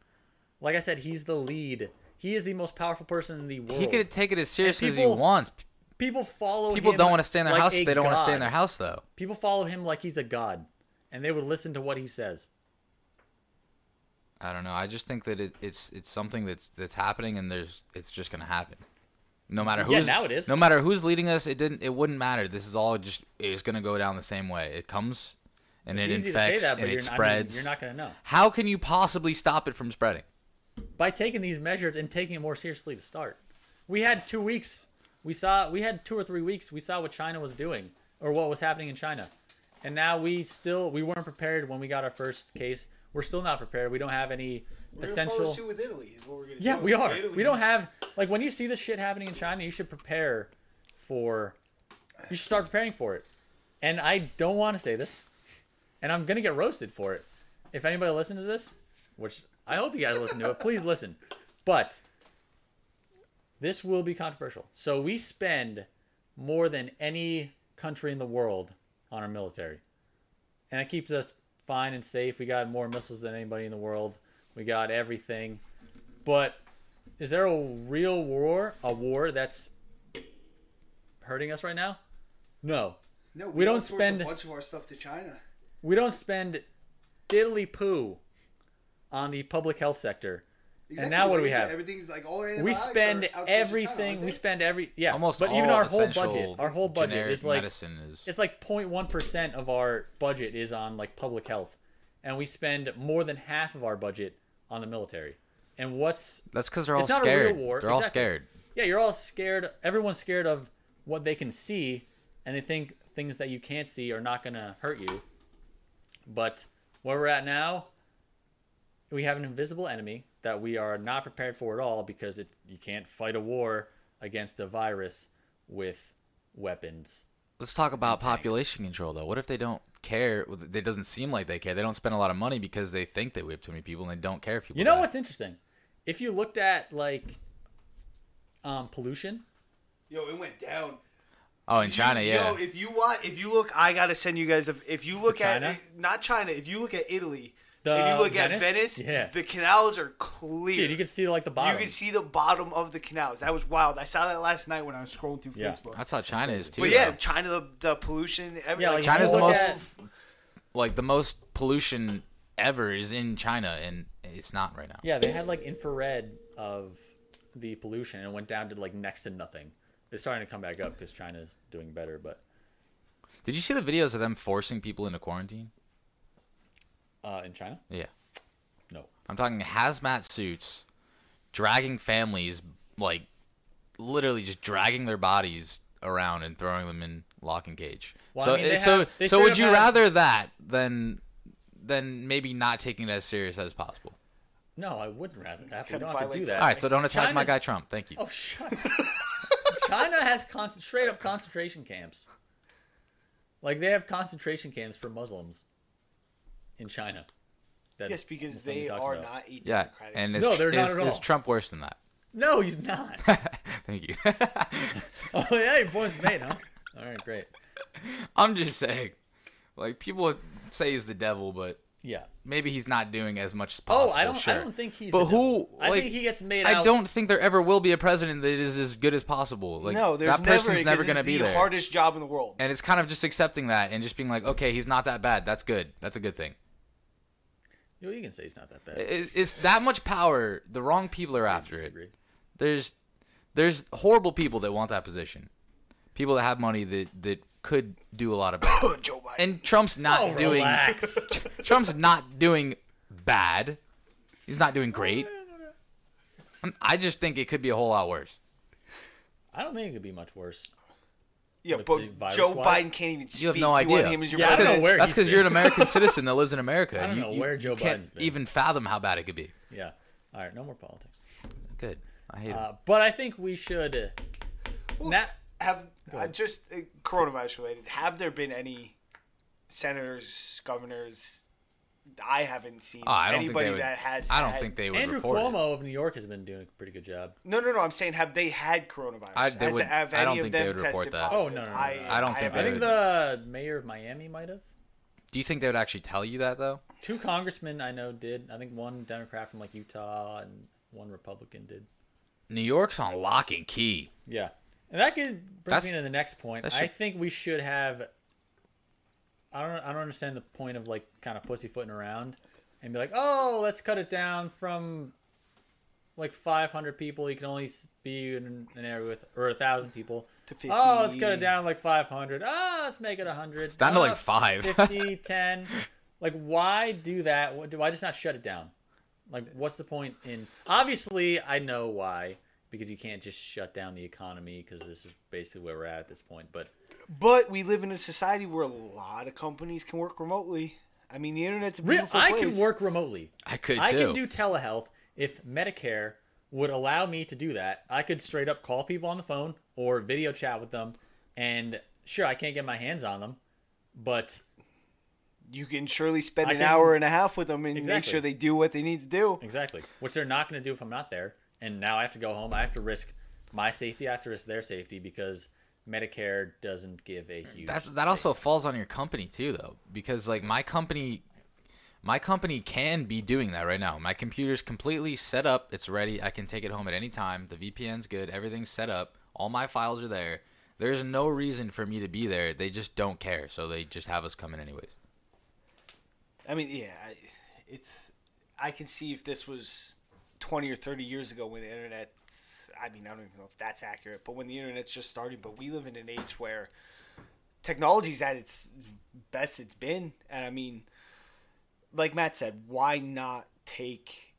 Like I said, he's the lead. He is the most powerful person in the world. he could take it as seriously as people- he wants. people follow. People him don't want to stay in their like house a if they don't want to stay in god. their house, though. People follow him like he's a god, and they would listen to what he says. I don't know. I just think that it, it's it's something that's that's happening, and there's it's just gonna happen. No matter Yeah, who's now it is. No matter who's leading us, it didn't. It wouldn't matter. This is all just it's gonna go down the same way. It comes and It's it easy infects to say that, but and you're, it I mean, spreads. you're not going to know How can you possibly stop it from spreading? by taking these measures and taking it more seriously to start. We had two weeks. We saw. We had two or three weeks. We saw what China was doing or what was happening in China, and now we still we weren't prepared when we got our first case. We're still not prepared. We don't have any essential. with Italy is what we're gonna Yeah, we are. We don't have like when you see this shit happening in China, you should prepare for. You should start preparing for it. And I don't want to say this, and I'm gonna get roasted for it. If anybody listens to this, which I hope you guys listen to it, please listen. But this will be controversial. So we spend more than any country in the world on our military, and it keeps us fine and safe. We got more missiles than anybody in the world. We got everything. But is there a real war, a war that's hurting us right now? No. No, we don't outsource spend- a bunch of our stuff to China. We don't spend diddly poo on the public health sector. And now Exactly, what do we is it? have? Everything's like all our We antibiotics are spend outsourced to China, everything. aren't we they? spend every yeah. Almost but all even our whole essential budget, our whole budget generic is like medicine is. it's like 0.1 percent of our budget is on like public health, and we spend more than half of our budget on the military. And what's That's because they're all it's not a scared. real war. They're all Exactly. scared. yeah, you're all scared. Everyone's scared of what they can see, and they think things that you can't see are not going to hurt you. But where we're at now, we have an invisible enemy that we are not prepared for at all because it, you can't fight a war against a virus with weapons. Let's talk about tanks. population control, though. What if they don't care? It doesn't seem like they care. They don't spend a lot of money because they think that we have too many people, and they don't care if people. You know die. what's interesting? If you looked at like um, pollution, Yo, it went down. Oh, in China, You- yeah. Yo, if you want, if you look, I gotta send you guys. A, if you look China? at not China, if you look at Italy, The and you look at Venice? Venice, Yeah. the canals are clear. dude, you could see like the You bottom. could see the bottom of the canals. That was wild. I saw that last night when I was scrolling through Yeah. Facebook. That's how China is too. But yeah, though. China, the, the pollution, everything. Yeah, like, China's the look most at- like the most pollution ever is in China, and it's not right now. Yeah, they had like infrared of the pollution and it went down to like next to nothing. It's starting to come back up because China's doing better, but Did you see the videos of them forcing people into quarantine? uh, in China, Yeah. no. I'm talking hazmat suits, dragging families, like literally just dragging their bodies around and throwing them in lock and cage. Well, so, I mean, they so, have- they so straight would up you have- rather that than than maybe not taking it as serious as possible? No, I wouldn't rather that. We Kinda don't have to do violates that. All right, so don't attack my China's- guy Trump. Thank you. Oh, shut up. China has con- straight up concentration camps. Like, they have concentration camps for Muslims in China. That- Yes, because that's something they talks are about. not a yeah, democratic and society. is, No, they're not is- at all. is Trump worse than that? No, <laughs> he's not. Thank you. oh, yeah, your point's made, huh? All right, great. I'm just saying, like people say he's the devil, but Yeah. maybe he's not doing as much as Oh, possible. I don't. Sure. I don't think he's. But the devil. who, I like, think he gets made I out. don't think there ever will be a president that is as good as possible. Like no, there's that person's never, never, going to be the there. hardest job in the world. and it's kind of just accepting that and just being like, okay, he's not that bad. That's good. That's a good thing. You you can say he's not that bad. It, it's that much power. The wrong people are after it. Disagree. There's there's horrible people that want that position. People that have money that that could do a lot of bad. <laughs> Joe Biden. and Trump's not Oh, doing. <laughs> relax. Trump's not doing bad. He's not doing great. I'm- I just think it could be a whole lot worse. I don't think it could be much worse. yeah, with the but virus Joe wise? Biden can't even speak. You have no want idea. him as your Yeah, I don't president. know where That's he's because <laughs> you're an been. American citizen that lives in America. I don't know where Joe can't Biden's been. even fathom how bad it could be. Yeah. All right, no more politics. Good. I hate Uh, but I think we should. Uh, na- have uh, just uh, coronavirus related. Have there been any senators, governors? I haven't seen Oh, I don't think anybody they would, that has. I don't had- think they would Andrew report it. Cuomo of New York has been doing a pretty good job. No, no, no. I'm saying have they had coronavirus? I- they Has- would- have I don't any of think they them would report tested that. positive? Oh, no, no, no, no. I don't think haven't. I they think the mayor of Miami might have. Do you think they would actually tell you that though? Two congressmen I know did. I think one Democrat from like Utah and one Republican did. New York's on lock and key. Yeah, and that could bring That's- me to the next point. that I should- think we should have. I don't. I don't understand the point of like kind of pussyfooting around and be like, oh, let's cut it down from like 500 people. You can only s- be in an area with or a thousand people. To Oh, let's cut it 50. down like 500. Ah, let's make it 100. It's down to, like, five. <laughs> 50, 10. Like, why do that? Why do I just not shut it down? Like, what's the point in? Obviously, I know why because you can't just shut down the economy because this is basically where we're at at this point. But But we live in a society where a lot of companies can work remotely. I mean, the internet's a real, beautiful I place. can work remotely. I could I too. can do telehealth if Medicare would allow me to do that. I could straight up call people on the phone or video chat with them, and sure, I can't get my hands on them, but You can surely spend I an can- hour and a half with them and make Exactly. sure they do what they need to do. Exactly. Which they're not going to do if I'm not there. And now I have to go home. I have to risk my safety. I have to risk their safety because Medicare doesn't give a huge. That's that also falls on your company too though, because like my company, my company can be doing that right now. My computer's completely set up. It's ready. I can take it home at any time. The VPN's good. Everything's set up. All my files are there. There's no reason for me to be there. They just don't care. So they just have us come in anyways. I mean, yeah, I- it's. I can see if this was twenty or thirty years ago when the internet. I mean, I don't even know if that's accurate, but when the internet's just starting. But we live in an age where technology's at its best it's been, and I mean, like Matt said, why not take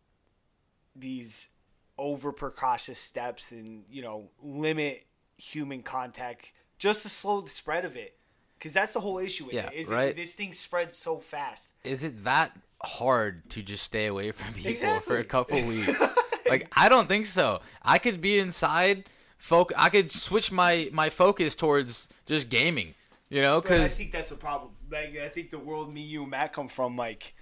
these over precautious steps and you know limit human contact just to slow the spread of it? Because that's the whole issue with Yeah, it. Is right. it, this thing spreads so fast. is it that hard to just stay away from people for Exactly. a <laughs> couple weeks? like I don't think so. I could be inside. Foc- I could switch my my focus towards just gaming. You know, But I because think that's the problem. Like I think the world me, you, and Matt come from. Like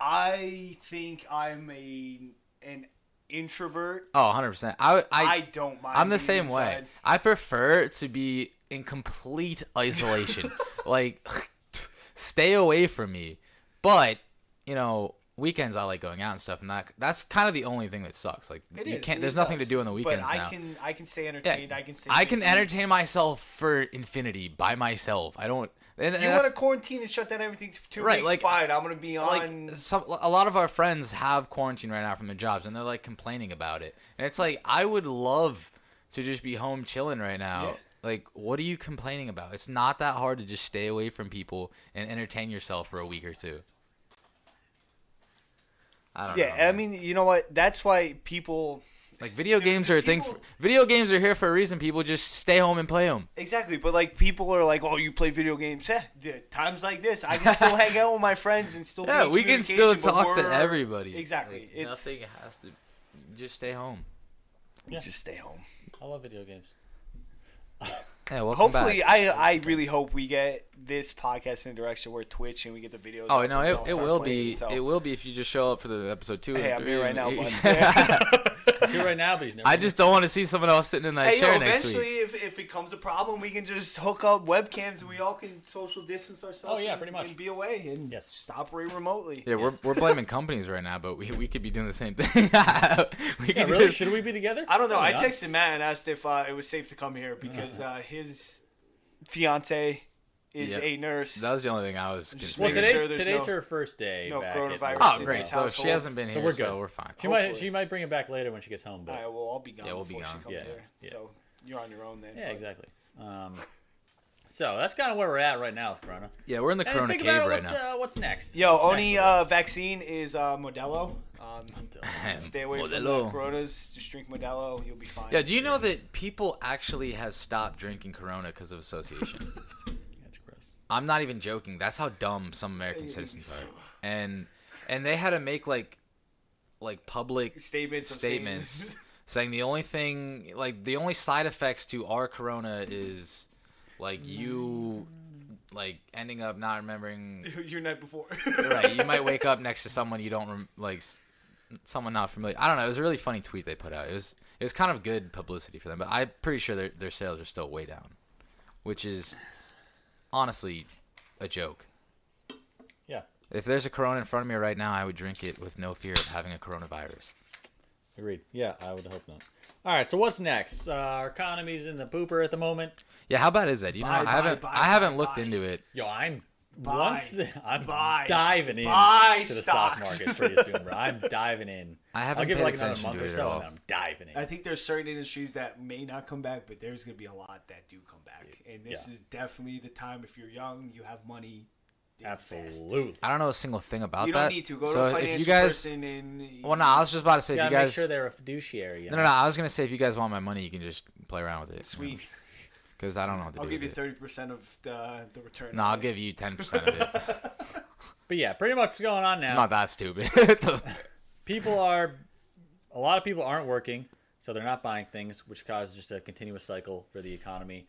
I think I'm a an introvert. oh, 100 percent. I I, I don't mind. I'm the being same way. inside. I prefer to be in complete <laughs> isolation. like, stay away from me. But you know, weekends I like going out and stuff, and that that's kind of the only thing that sucks. Like, It you is, can't. it There's nothing does. to do on the weekends But I now. can I can stay Yeah, entertained. I can stay. I can busy. entertain myself for infinity by myself. I don't. And, and You that's- want to quarantine and shut down everything for two Right, weeks? like- fine. I'm gonna be on. like some, a lot of our friends have quarantine right now from their jobs and they're like complaining about it and it's like i would love to just be home chilling right now like what are you complaining about it's not that hard to just stay away from people and entertain yourself for a week or two I don't know, yeah, I man. mean, you know what? That's why people like video games the are a thing. people- video games are here for a reason. People just stay home and play them. exactly, but like people are like, "Oh, you play video games?" Yeah, dude, times like this, I can still hang out with my friends and still. be Yeah, in we can still communication, but talk to we're- everybody. Exactly. Like, it's nothing has to. Just stay home. <laughs> just stay home. I love video games. Yeah, welcome back. Hopefully, I I really hope we get this podcast in a direction where Twitch and we get the videos. Oh up no, and we it, all it start will playing, be so- it will be if you just show up for the episode two. Hey, and I'm three here and right now. eight. bud. He's here right now, but he's <laughs> never. I just don't want to see someone else sitting in that hey, yo, chair next eventually, week. if, if it comes a problem, we can just hook up webcams and we all can. Social distance ourselves. Oh yeah, and- pretty much. And be away and <laughs> Yes. just operate remotely. Yeah, we're, <laughs> we're blaming companies right now, but we, we could be doing the same thing. <laughs> we could <laughs> Yeah, do really? this- Should we be together? I don't know. I Probably not. texted Matt and asked if uh, it was safe to come here <laughs> because uh, his fiance is Yep. a nurse. That was the only thing I was. Just Well, Considering. making today's sure there's today's no- her first day. no back coronavirus At, oh in great! his So she household. hasn't been So here, so we're we're, good. fine. she might hopefully. she might bring it back later when she gets home. But All right, well, I'll be gone. Yeah, we'll be before gone. She comes Yeah, here. yeah. So you're on your own then. yeah, but- exactly. Um, so that's kind of where we're at right now with Corona. Yeah, we're in the And Corona think cave about it, right what's, now. Uh, what's next? Yo, What's only next? uh, vaccine is uh, Modelo. Um, stay away from the Modelo. Coronas. Just drink Modelo. You'll be fine. Oh, Yeah, do you know that people actually have stopped drinking Corona because of association? That's gross. I'm not even joking. That's how dumb some American citizens are, and and they had to make like like public <laughs> Statements. of saying- <laughs> statements saying the only thing like the only side effects to our corona is like you like ending up not remembering <laughs> your <laughs> night before. right you might wake up next to someone you don't rem- like s- someone not familiar i don't know it was a really funny tweet they put out it was it was kind of good publicity for them but i'm pretty sure their, their sales are still way down which is honestly a joke Yeah, if there's a corona in front of me right now i would drink it with no fear of having a coronavirus agreed. Yeah, I would hope not. All right, so what's next? Uh, our economy's in the pooper at the moment. yeah how bad is that you know Bye, i haven't bye, bye, i haven't bye, looked bye. into it Yo, I'm once the, I'm Buy. diving in Buy to the stock stocks. <laughs> market pretty soon, bro. I'm diving in. I haven't I'll give it paid like another attention month to or it at so, all. and I'm diving in. I think there's certain industries that may not come back, but there's gonna be a lot that do come back. And this Yeah. is definitely the time if you're young, you have money. invest. Absolutely. I don't know a single thing about You that. don't need to go so to a if financial you guys, person and. well, no, I was just about to say You if you gotta guys. make sure they're a fiduciary. You no, know? no, no. I was gonna say if you guys want my money, you can just play around with it. Sweet. Because I don't know what to I'll do. give you with it. thirty percent of the the return. No, I'll give you ten percent of it. <laughs> But yeah, pretty much what's going on now. I'm not that stupid. <laughs> yeah, people are a lot of people aren't working so they're not buying things which causes just a continuous cycle for the economy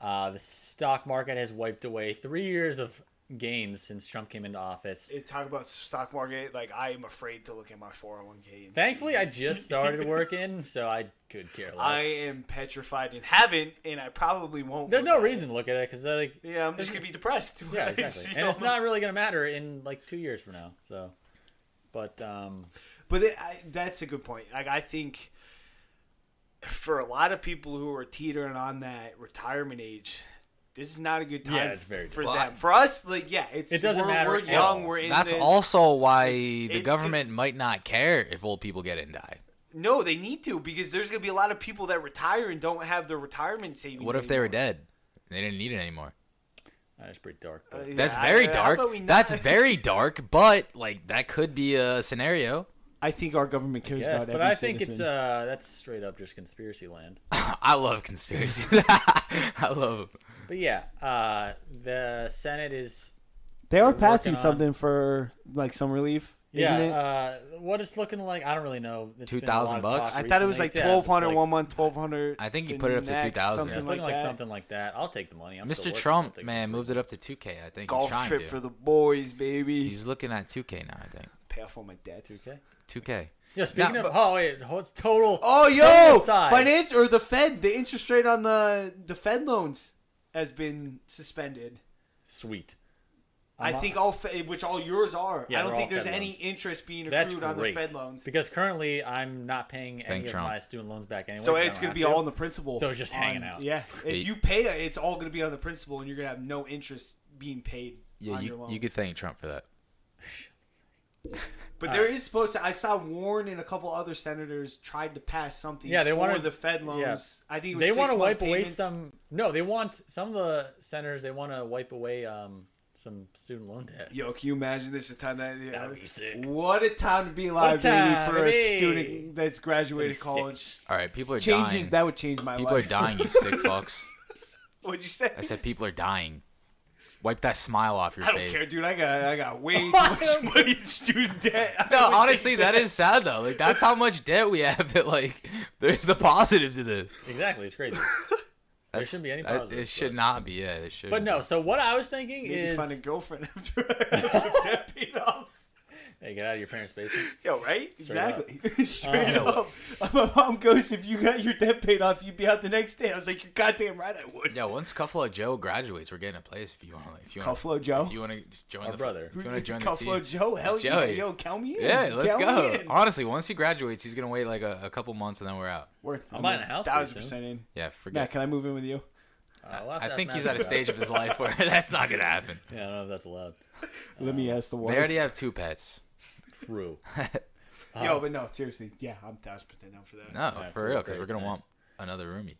uh, the stock market has wiped away three years of gains since trump came into office It talk about stock market. Like I am afraid to look at my four hundred one k. thankfully i just started working so i could care less I am petrified and haven't, and I probably won't. there's look no at reason to look at it because like it. Yeah, I'm just gonna be depressed. <laughs> yeah exactly You and it's know? not really gonna matter in like two years from now so but um But it, I, that's a good point. Like I think for a lot of people who are teetering on that retirement age, this is not a good time. Yeah, it's very for difficult. that. For us, like yeah, it's It doesn't we're, matter We're at young. all. We're in. That's this- also why it's- the it's- government might not care if old people get it and die. No, they need to because there's gonna be a lot of people that retire and don't have their retirement savings. What if they were anymore. dead? They didn't need it anymore. that's pretty dark but Uh, Yeah, That's I- very how dark. about we not- <laughs> That's very dark. But like that could be a scenario. <laughs> I think our government cares yes about but every i think it's citizen. uh that's straight up just conspiracy land I love conspiracy. <laughs> I love. But yeah, uh, the Senate is they are working passing on- something for like some relief, yeah. isn't it? Uh, what it's looking like, I don't really know. It's been a 2,000 lot of bucks? talk I thought it was like recently. Yeah, twelve hundred it's like- one month, twelve hundred. I think you put it up to 2,000. yeah, Something it's like, looking like, that. something like that. I'll take the money. I'm still Mr. working, so I'll Trump, take man, it. moved it up to 2K. I think he's Golf trying trip to. for the boys, baby. He's looking at 2K now, I think. Pay off all my debts. Okay. 2K. Yeah. Speaking Now, of, oh wait, oh, it's total. Oh, total yo, aside. finance or the Fed, the interest rate on the the Fed loans has been suspended. Sweet. I think all, Fe- which all yours are. Uh-huh. Yeah, I don't they're think all there's Fed any loans. interest being That's accrued great. on the Fed loans. Because currently I'm not paying any Trump. of my student loans back anyway. So I it's don't going have to be all in the principal. So it's just on- hanging out. Yeah. If Yeah. you pay it, it's all going to be on the principal, and you're going to have no interest being paid Yeah, on your you, loans. you could thank Trump for that. but there is supposed to. I saw Warren and a couple other senators tried to pass something. Yeah, they for wanted- the Fed loans. I think it was They want to wipe away payments. some. No, they want some of the senators. They want to wipe away um some student loan debt. Yo, can you imagine this? A time that, That'd be sick. What a time to be alive, What a baby, time for to a be. student that's graduated That'd be college. All right, people are Changes dying. that would change my people life. are dying, you sick fucks. <laughs> What'd you say? I said people are dying. Wipe that smile off your I don't face. care, dude. I got <laughs> I got way too much money in student debt. I No, would honestly, take that is sad though. Like that's how much debt we have. That like <laughs> there's a positive to this. Exactly, it's crazy. That's- shouldn't be any that- positive, It should not be. Yeah, it should. but no, so what I was thinking maybe is, find a girlfriend after I <laughs> have some debt paid off. hey, get out of your parents' basement. Yo, right? Exactly. <laughs> Straight Um, up. My mom goes, if you got your debt paid off, you'd be out the next day. I was like, you're goddamn right, I would. Yeah, once Cuffalo Joe graduates, we're getting a place if you want. If you want, Cufflo Joe. if you want to join Our the brother. If you want to join the Cufflo team. Joe, hell yeah, Joey. yo, count me in. Yeah, let's count go. Me in. Honestly, once he graduates, he's gonna wait like a, a couple months and then we're out. Worth- I'm buying a house pretty Thousand soon. percent in. Yeah, forget. Matt, can I move in with you? Uh, we'll have I to ask think he's Matt at a about stage of his life where <laughs> that's not gonna happen. it. Yeah, I don't know if that's allowed. Let Uh, me ask the They wife. already have two pets. True. Yo, but no, seriously, yeah, I'm thousand percent down for that. No, Yeah, for cool, real, because great, we're gonna nice. want another roomie.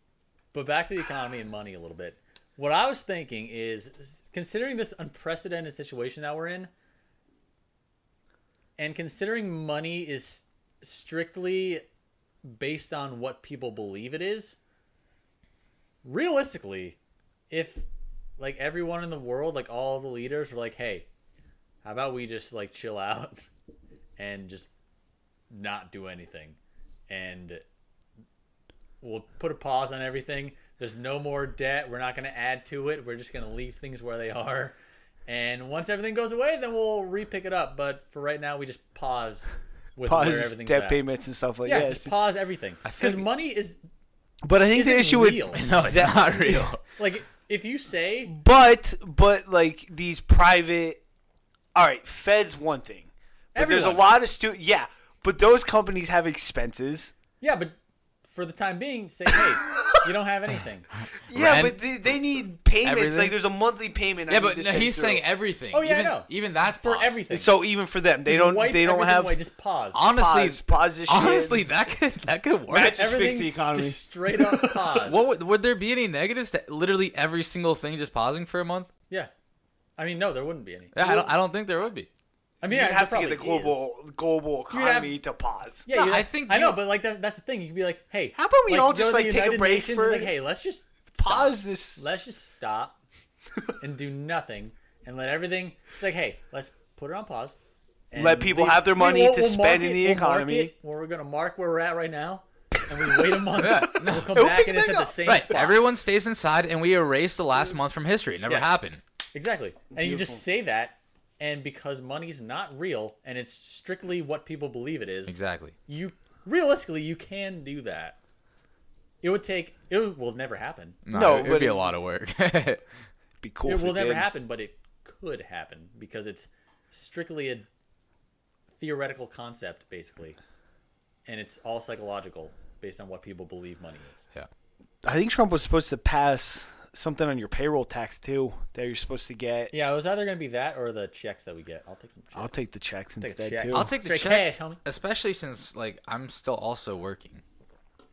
But back to the economy and money a little bit. What I was thinking is considering this unprecedented situation that we're in, and considering money is strictly based on what people believe it is, realistically, if like everyone in the world, like all the leaders were like, hey, how about we just like chill out <laughs> and just not do anything and we'll put a pause on everything. There's no more debt. We're not going to add to it. We're just going to leave things where they are. And once everything goes away, then we'll repick it up. But for right now, we just <laughs> pause with where Pause everything's debt at. payments and stuff like Yeah, that. just pause everything because think- money is But I think isn't the issue <laughs> real. with No, it's <laughs> not real. like if you say but but like these private all right, Fed's one thing. But there's a Everyone. lot of stu yeah, but those companies have expenses. yeah, but for the time being, say hey, you don't have <sighs> anything. Yeah, Rent. but they, they need payments. Everything. Like there's a monthly payment. I Yeah, need but to no, send he's through. saying everything. Oh, yeah, I even, know. even that's For possible. everything, So even for them, they Just don't wipe they don't everything have away. just pause. Honestly, pause, pause this shit. honestly, that could that could work. Matt, just everything, fix the economy. Just straight <laughs> up pause. What would, would there be any negatives to literally every single thing just pausing for a month? yeah, I mean no, there wouldn't be any. Yeah, I don't, I don't think there would be. I mean, you yeah, there have to get the probably is. global global have- economy to pause. Yeah, No, you'd I have- think I know, you- but like that's, that's the thing. You could be like, hey, How about we all go just, to the like, take a United break Nations for- and, like, hey, let's just stop. Pause this. Let's just stop and do nothing and let everything. It's like, hey, let's put it on pause. and Let people leave- have their I mean, money we'll- to we'll spend mark in it- the we'll mark economy. it where we're gonna mark where we're at right now, and we <laughs> wait a month. Yeah, and we'll come It'll back pick and it's Mm. at back the up. same Right. spot. Everyone stays inside and we erase the last month from history. It never Yeah. happened. Exactly. And you Beautiful. just say that, and because money's not real and it's strictly what people believe it is, Exactly. you realistically you can do that. It would take it would- will never happen. No, it but would be it- a lot of work. <laughs> Be cool. It if will we never did. happen, but it could happen because it's strictly a theoretical concept basically. And it's all psychological based on what people believe money is. yeah. I think Trump was supposed to pass something on your payroll tax too that you're supposed to get. Yeah, it was either going to be that or the checks that we get. I'll take some checks. I'll take the checks Take a instead check. too. I'll take the Straight check, cash, homie. especially since like I'm still also working.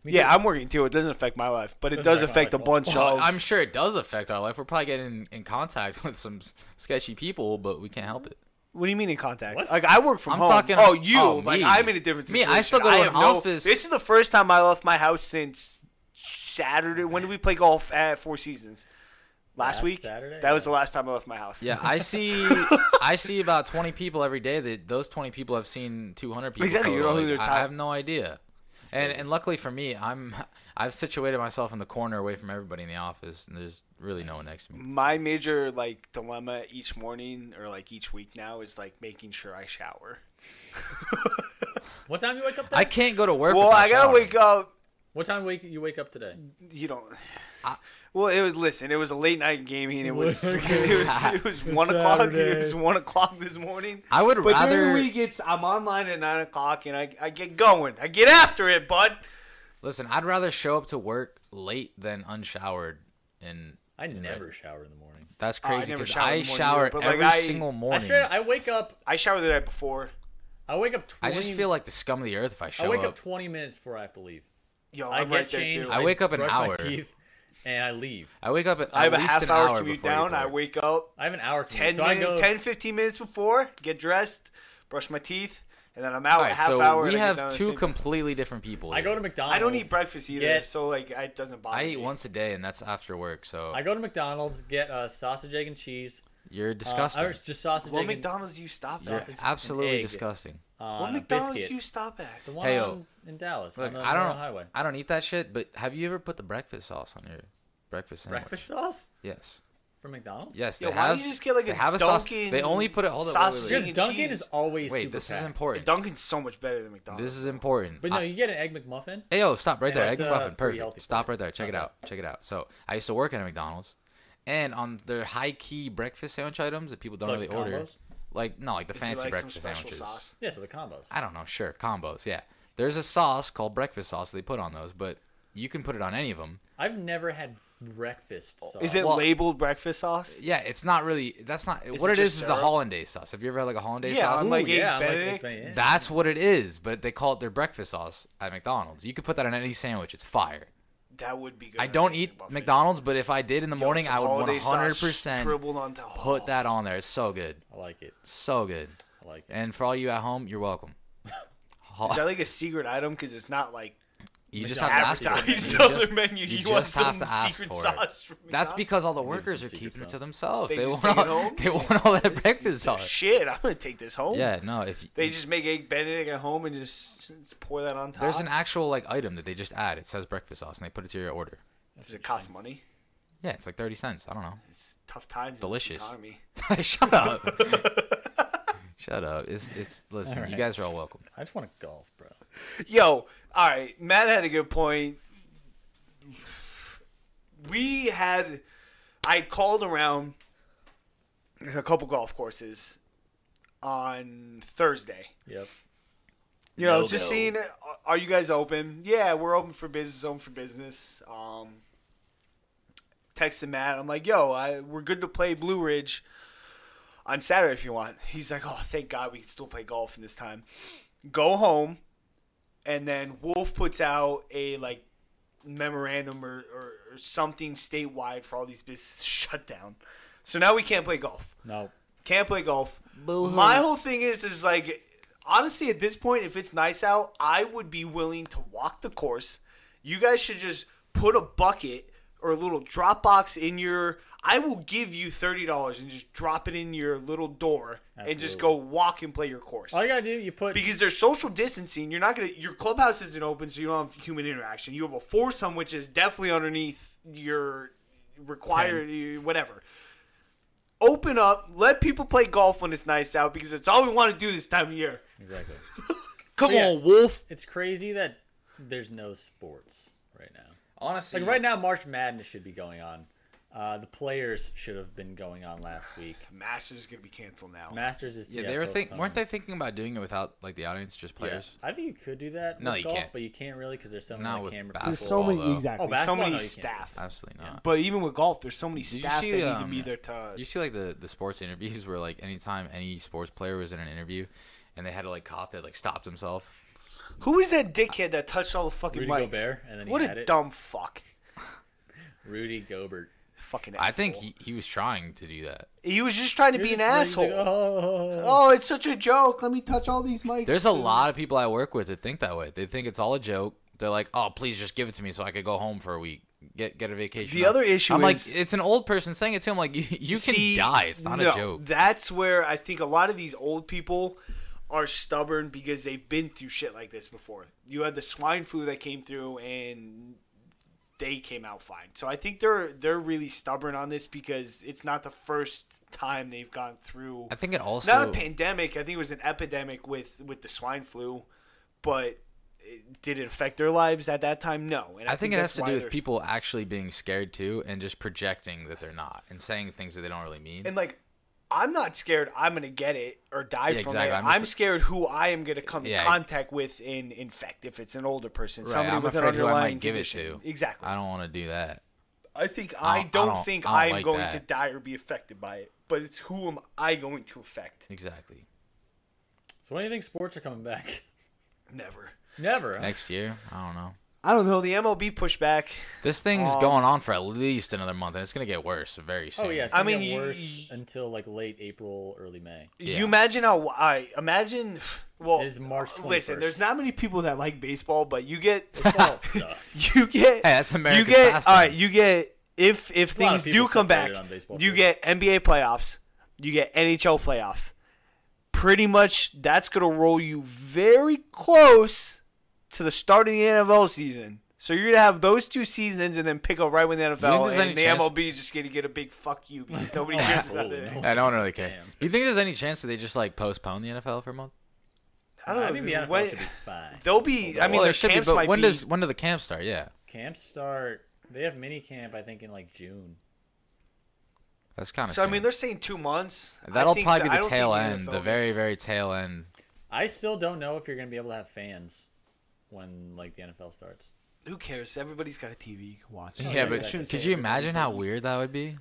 yeah, I'm working too. It doesn't affect my life, but it Doesn't does affect affect my a life. bunch Well, of. I'm sure it does affect our life. We're probably getting in contact <laughs> with some sketchy people, but we can't help it. what do you mean in contact? What? Like I work from I'm home. talking- oh, you? oh, like me. I'm in a different Me, situation. I still go to have an no- office. This is the first time I left my house since Saturday. When did we play golf at Four Seasons? Last, Last week. Saturday? That was the last time I left my house. Yeah, <laughs> I see. I see about twenty people every day. That those twenty people have seen two hundred people. Exactly, you total. know who Like, they're I, top- I have no idea. And and luckily for me, I'm I've situated myself in the corner away from everybody in the office, and there's really no one next to me. my major like dilemma each morning or like each week now is like making sure I shower. What time do you wake up? Then? I can't go to work. Well, without I gotta showering. wake up What time wake you wake up today? You don't. <sighs> well, it was listen. It was a late night game, and <laughs> it was <laughs> it was it was one o'clock. It Saturday. was one o'clock this morning. I would But during rather the week, it's I'm online at nine o'clock, and I I get going. I get after it, bud. listen. I'd rather show up to work late than unshowered, and I and, like, never shower in the morning. That's I crazy never because shower in I the morning shower either, but, like, every I- single I morning. straight up, I wake up I showered the night before. I wake up 20, I just feel like the scum of the earth if I I show wake up up. 20 minutes before I have to leave. Yo, I Oh, I'm get right there changed. too. I wake up an brush hour. My teeth, and I leave. <laughs> I wake up at, I have at a least half an hour, hour commute before I get down. to I work. wake up I have an hour. 10, Ten so I go, minutes, 10 15 minutes before, get dressed, brush my teeth, and then I'm out All a right, half so hour. we and I get down have at the two same- completely different people. I here. go to McDonald's. I don't eat breakfast either, Get- so like I- it doesn't bother I me. eat once a day, and that's after work. So I go to McDonald's, get uh, sausage, egg, and cheese. you're Uh, disgusting. or it's just sausage, What egg, and, McDonald's do you stop you're at? sausage and absolutely egg. disgusting. uh, What and a McDonald's biscuit. do you stop at? The one Hey, yo. on, in Dallas. Look, on the I Verona don't. Highway. I don't eat that shit. But have you ever put the breakfast sauce on your breakfast sandwich? Breakfast sauce Yes. from McDonald's. Yes. Yo, they why have, don't you just get, like, they a have a sauce. They Dunkin' only put it. Hold up, wait, sausage wait, wait. egg Because and Dunkin' cheese. is always Wait, super this is packed. important. Dunkin's so much better than McDonald's. This is important. But no, I- you get an egg McMuffin. Hey, yo, stop right And there. Egg that's, uh, McMuffin, pretty healthy perfect. Stop for you. right there. Check it Okay. out. Check it out. So I used to work at a McDonald's, and on their high key breakfast sandwich items that people don't like really the order, combos? like no, like the Is it, fancy like, some breakfast special sandwiches. sauce? Yeah, so the combos. I don't know. Sure, combos. Yeah, there's a sauce called breakfast sauce they put on those, but you can put it on any of them. I've never had breakfast sauce. Is it Well- labeled breakfast sauce? Yeah, it's not really. That's not what it it is. just Is the syrup? hollandaise sauce? Have you ever had like a hollandaise Yeah, sauce? I'm Ooh, like yeah, Eggs I'm Benedict? Eggs Benedict. That's what it is, but they call it their breakfast sauce at McDonald's. You could put that on any sandwich. It's fire. That would be good. I on don't an eat McMuffin. McDonald's, but if I did in the Yo, morning, some I would holiday sauce 100% Dribbled onto put that on there. It's so good. I like it. So good. I like it. And for all you at home, you're welcome. Is that like a secret item? Because it's not like You just have to McDonald's ask for it. You advertised just- on their <laughs> menu. you You, want just have some to ask secret for it. sauce from That's McDonald's? because all the some workers are secret keeping it sauce. to themselves. They They, just want take it all, home? <laughs> they want all that breakfast sauce. shit. I'm gonna take this home. Yeah, no. If They just make egg Benedict at home and just pour that on top. there's an actual like item that they just add. It says breakfast sauce, and they put it to your order. Does it cost money? Yeah, it's like thirty cents. I don't know. <laughs> It's tough times. In Delicious. this economy. <laughs> Shut up. Shut up. It's it's. Listen, you right. guys are all welcome. I just want to golf, bro. Yo, all right. Matt had a good point. We had, I called around a couple golf courses on Thursday. Yep. You know, No just go. seeing, uh, are you guys open? Yeah, we're open for business, open for business. Um, texted Matt. I'm like, yo, I, we're good to play Blue Ridge on Saturday if you want. He's like, oh, thank God we can still play golf in this time. Go home, and then Wolf puts out a like memorandum or, or, or something statewide for all these <laughs> businesses shut down. So now we can't play golf. No. Can't play golf. My whole thing is is like honestly at this point, if it's nice out, I would be willing to walk the course. You guys should just put a bucket or a little drop box in your I will give you thirty dollars and just drop it in your little door and just go Absolutely. walk and play your course. All you gotta do, you put. because there's social distancing, you're not gonna your clubhouse isn't open, so you don't have human interaction. You have a foursome, which is definitely underneath your required whatever open up, let people play golf when it's nice out because it's all we want to do this time of year. exactly. Come yeah. on, Wolf. It's crazy that there's no sports right now. Honestly, Like right now, March Madness should be going on. Uh, the players should have been going on <sighs> last week. Masters is gonna be canceled now. Masters is Yeah, they were think postponed. weren't they thinking about doing it without like the audience, just Yeah. players? I think you could do that. No, with you golf, can't. But you can't really because there's so Not many with camera basketball. There's so people. many though. exactly. Oh, basketball? so many No, you can't. staff. Absolutely not. But even with golf, there's so many staff see, that need to um, be there to. You see, like the the sports interviews where like anytime any sports player was in an interview, and they had to like cough, they like stopped himself. Who is that dickhead that touched all the fucking Rudy lights? Gobert, and then he what had a it. dumb fuck. Rudy Gobert. Fucking asshole. I think he, he was trying to do that. he was just trying to be an You're just ready asshole. to go, "Oh." Oh, it's such a joke. Let me touch all these mics. There's a and- lot of people I work with that think that way. They think it's all a joke. They're like, "Oh, please just give it to me so I could go home for a week, get get a vacation." The off." other issue I'm is- like, it's an old person saying it to him. Like, <laughs> you, you can See, die. It's not no, a joke. That's where I think a lot of these old people are stubborn because they've been through shit like this before. You had the swine flu that came through and they came out fine. So I think they're they're really stubborn on this because it's not the first time they've gone through I think it also not a pandemic, I think it was an epidemic with with the swine flu, but it- did it affect their lives at that time? No. And I think it that's has to why do with they're- people actually being scared too, and just projecting that they're not, and saying things that they don't really mean. And like, I'm not scared. I'm gonna get it or die Yeah, from exactly. it. I'm I'm, just- scared who I am gonna come Yeah. in contact with and infect if it's an older person, somebody I'm with an afraid who I underlying might give it condition. to. Exactly. I don't want to do that. I think I I don't- I don't, don't- think I I don't am like going that. to die or be affected by it, but it's who am I going to affect? Exactly. <laughs> So when do you think sports are coming back? <laughs> Never. Never. huh? Next year, I don't know. I don't know. The MLB pushback. This thing's Um, going on for at least another month, and it's gonna get worse very soon. <laughs> Oh yeah, it's I gonna mean, get you- worse until like late April, early <laughs> May. Yeah. You imagine how I imagine. <sighs> Well, It is March Listen, 21st. there's not many people that like baseball, but you <laughs> get Baseball sucks. you get hey, that's American You get pastime. all right. You get if if lot of things people do come back, separated on baseball you first. get NBA playoffs, you get NHL playoffs. Pretty much, that's gonna roll you very close to the start of the NFL season. So you're gonna have those two seasons, and then pick up right when the think NFL there's any and the chance- MLB is just gonna get a big fuck you <laughs> because nobody cares about absolutely. it. No. Yeah, no one really cares. Damn. You think there's any chance that they just like postpone the NFL for a month? I don't know. I think the NFL when- should be fine. they'll be. I well, mean, their there should camps be, but might when be. does when do the camps start? Yeah, Camps start. They have mini camp, I think, in like June. that's kind of. so I mean, they're saying two months. I that'll think probably that- I be don't the think tail end, NFL the very gets- very tail end. I still don't know if you're gonna be able to have fans when like the NFL starts. Who cares? Everybody's got a TV you can watch. yeah, but exactly. could you imagine how weird that would be?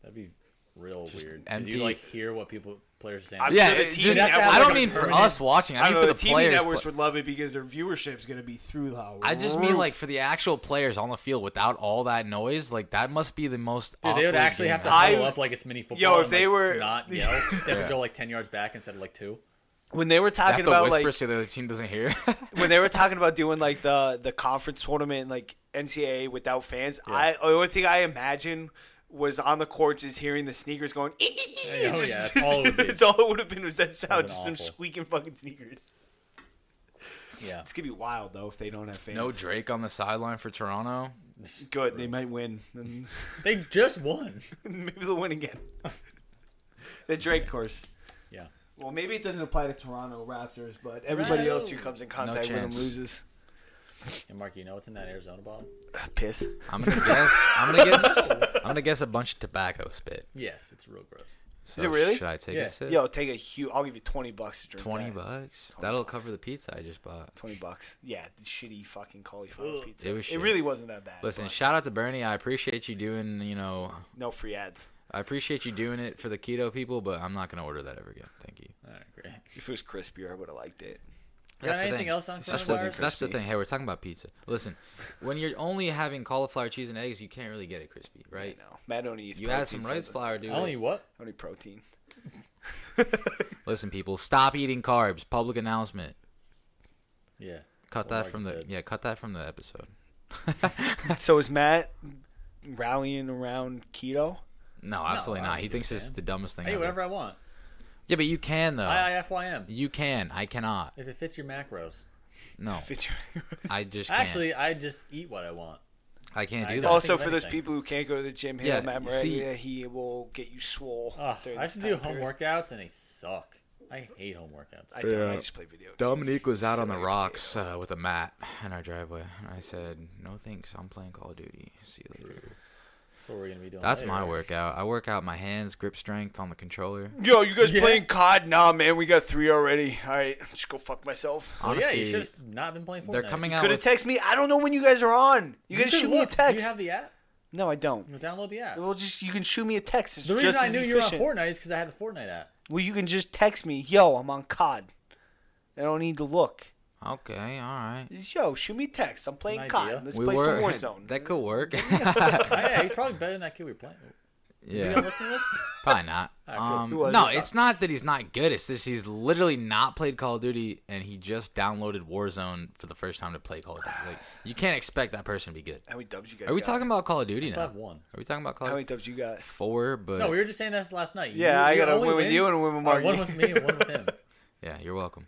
That'd be real weird. 'Cause empty- You like hear what people players are saying. I'm yeah, sure the it TV just, networks I don't are mean for permanent. us watching. I, I mean know for the the, TV players. networks pl- would love it because their viewership is going to be through the roof. I just mean like for the actual players on the field without all that noise. Like that must be the most. Dude, they would awkward actually have to game I- huddle up like it's mini football. Yo, if and, they like, were- <laughs> not yell, they have to go like ten yards back instead of like two. when they were They talking have to about whisper like so the other team doesn't hear. <laughs> when they were talking about doing like the the conference tournament like NCAA without fans. I the only thing I imagine was on the courts is hearing the sneakers going. "Ee, ee, ee," Yeah, oh, just- yeah, that's all it <laughs> would be. that's all it would have been was that sound, been just some awful. squeaking fucking sneakers. Yeah, <laughs> It's gonna be wild though if they don't have fans. no Drake on the sideline for Toronto. good. They might win. <laughs> And they just won. <laughs> maybe they'll win again. the Drake course. Yeah, Well, maybe it doesn't apply to Toronto Raptors, but everybody else who comes in contact with them chance. loses. and Mark, you know what's in that Arizona bottle? Ah, Piss. I'm gonna <laughs> guess. I'm gonna guess. I'm gonna guess a bunch of tobacco spit. Yes, it's real gross. So it really? Should I take Yeah. a sip? Yo, take a huge. I'll give you twenty bucks to drink. Twenty that. bucks. That'll bucks. cover the pizza I just bought. Twenty bucks. Yeah, the shitty fucking cauliflower pizza. It It, was shit. really wasn't that bad. Listen, but shout out to Bernie. I appreciate you doing. You know, no free ads. I appreciate you doing it for the keto people, but I'm not gonna order that ever again. Thank you. All right, great. If it was crispier, I would have liked it. Got That's the anything thing. else on That's the, coronavirus? that's the thing. Hey, we're talking about pizza. Listen, when you're only having cauliflower, cheese, and eggs, you can't really get it crispy, right? You know, Matt only eats. You protein, add some so rice it's flour, dude. I don't eat what? Only protein. Listen, people, stop eating carbs. Public announcement. Yeah. Cut Well, that like from I the said. yeah. Cut that from the <laughs> episode. so is Matt rallying around keto? No, absolutely I not. don't He do thinks it, it's man. the dumbest thing I eat ever. whatever I want. Yeah, but you can though. I I FYM. You can. I cannot. If it fits your macros. <laughs> No, Fit <laughs> your- I just can't. Actually, I just eat what I want. I can't do I don't- that. Also, think of for those anything. people who can't go to the gym, hit Yeah, up Matt you Morelia. see- He will get you swole. Ugh, during Ah, I this used to do time home period. workouts and they suck. I hate home workouts. I don't. I Yeah. just play video. games. Dominique was out on the Silly rocks uh, with a mat in our driveway. And I said, "No thanks. I'm playing Call of Duty. See you later." That's what we're gonna be doing. That's later. my workout. I work out my hands, grip strength on the controller. Yo, you guys Yeah. playing COD? Nah, man, we got three already. All right, just go fuck myself. Well, Oh, yeah, Honestly, you should have not been playing Fortnite. they're coming out Could have with text me. I don't know when you guys are on. You, You guys should shoot me a look. text. Do you have the app? no, I don't. You download the app. Well, just you can shoot me a text. It's The reason just I as knew you were on efficient. Fortnite is because I had the Fortnite app. Well, you can just text me. Yo, I'm on COD. I don't need to look. Okay, all right. Just, Yo, shoot me a text. I'm playing an idea. COD. Let's play some <laughs> Warzone. That could <laughs> work. Oh, yeah, he's probably better than that kid we were playing. with. <laughs> Is <laughs> he yeah, gonna listen to <laughs> this? probably not. cool. Um, Who was no, it? it's not that he's not good. It's just he's literally not played Call of Duty, and he just downloaded Warzone for the first time to play Call of Duty. Like, you can't expect that person to be good. How many dubs you guys? Are we got? talking about Call of Duty I now? still have Are one. we talking about Call How of many Duty dubs you got? Four? But No, we were just saying this last night. Yeah, I your gotta only win with wins you and win with are One Margie. with me and one with him. yeah, you're welcome.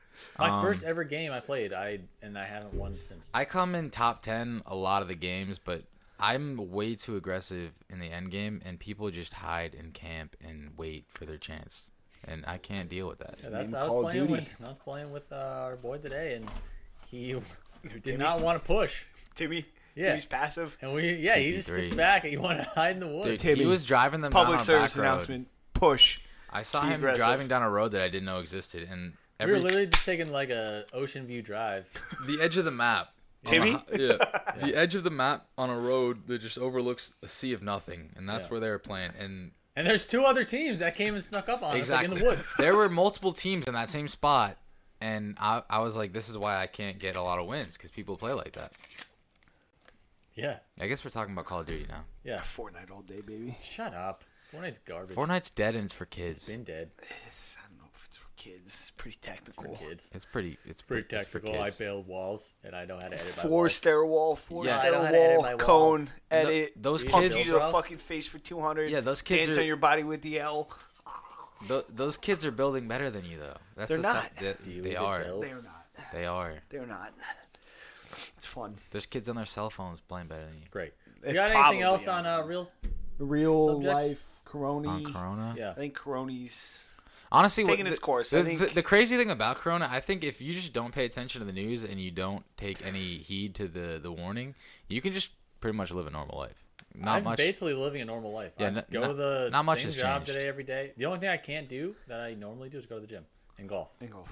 <laughs> My Um, first ever game I played, I and I haven't won since. I come in top 10 a lot of the games, but I'm way too aggressive in the end game, and people just hide and camp and wait for their chance. And I can't deal with that. That's Name I was Call of playing Duty. with I was playing with uh, our boy today, and he did not want to push. Timmy. Yeah. Timmy's passive. And we, yeah, he just sits TP3. back and you want to <laughs> hide in the woods. Dude, Timmy. he was driving them down Public on a service back road. announcement. Push. I saw Be him aggressive. driving down a road that I didn't know existed, and we were every literally just taking like a ocean view drive. the edge of the map. on a Timmy? hi- yeah, the edge of the map on a road that just overlooks a sea of nothing, and that's Yeah. where they were playing. And And there's two other teams that came and snuck up on us like in the woods. <laughs> there were multiple teams in that same spot, and I, I was like, this is why I can't get a lot of wins because people play like that. Yeah. I guess we're talking about Call of Duty now. Yeah. Fortnite all day, baby. Shut up. Fortnite's garbage. Fortnite's dead and it's for kids. Been dead. I don't know if it's for kids. It's pretty technical. Kids. It's pretty. It's Pretty pre- it's for technical. I kids. build walls and I know how to edit my Four walls. stair wall, four Yeah. stair I know how to edit my wall, walls. cone, Th- edit. those pump kids- you to the Bro. fucking face for 200. Yeah, those kids Dance are- on your body with the L. Th- those kids are building better than you though. That's They're the stuff not. that Do you they even are. build? They're not. They are. They're not. It's fun. There's kids on their cell phones playing better than you. Great. It You got anything probably else are. on uh, real? Real Subjects? life Corona. On Corona. Yeah. I think Coronies. Honestly, It's what taking the, its course. The, I think- the, the crazy thing about Corona, I think, if you just don't pay attention to the news and you don't take any heed to the the warning, you can just pretty much live a normal life. Not I'm much. basically living a normal life. Yeah, I no- go no- to the not much same has job changed. today every day. The only thing I can't do that I normally do is go to the gym and golf.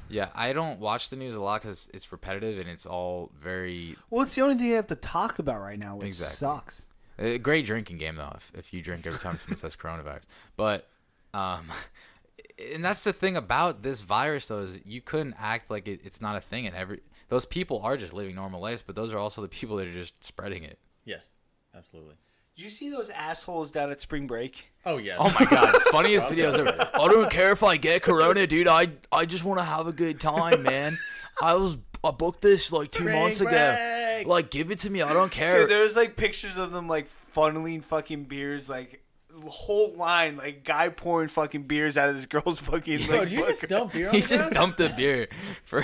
yeah, I don't watch the news a lot because it's repetitive and it's all very Well, it's the only thing they have to talk about right now, which Exactly. sucks. A great drinking game though, if, if you drink every time someone says coronavirus. But um <laughs> and that's the thing about this virus though is you couldn't act like it, it's not a thing and every those people are just living normal lives, but those are also the people that are just spreading it. Yes, absolutely. Did you see those assholes down at spring break? Oh yes. Oh <laughs> my god, funniest videos ever. I don't care if I get corona, dude. I I just want to have a good time, man. I was I booked this like 2 Spring months ago. break. Like give it to me. I don't care. <laughs> Dude, there's like pictures of them like funneling fucking beers, like whole line, like guy pouring fucking beers out of this <laughs> girl's fucking. Bro, like, did you <laughs> just bucket. dump beer on he the just ground? dumped a beer for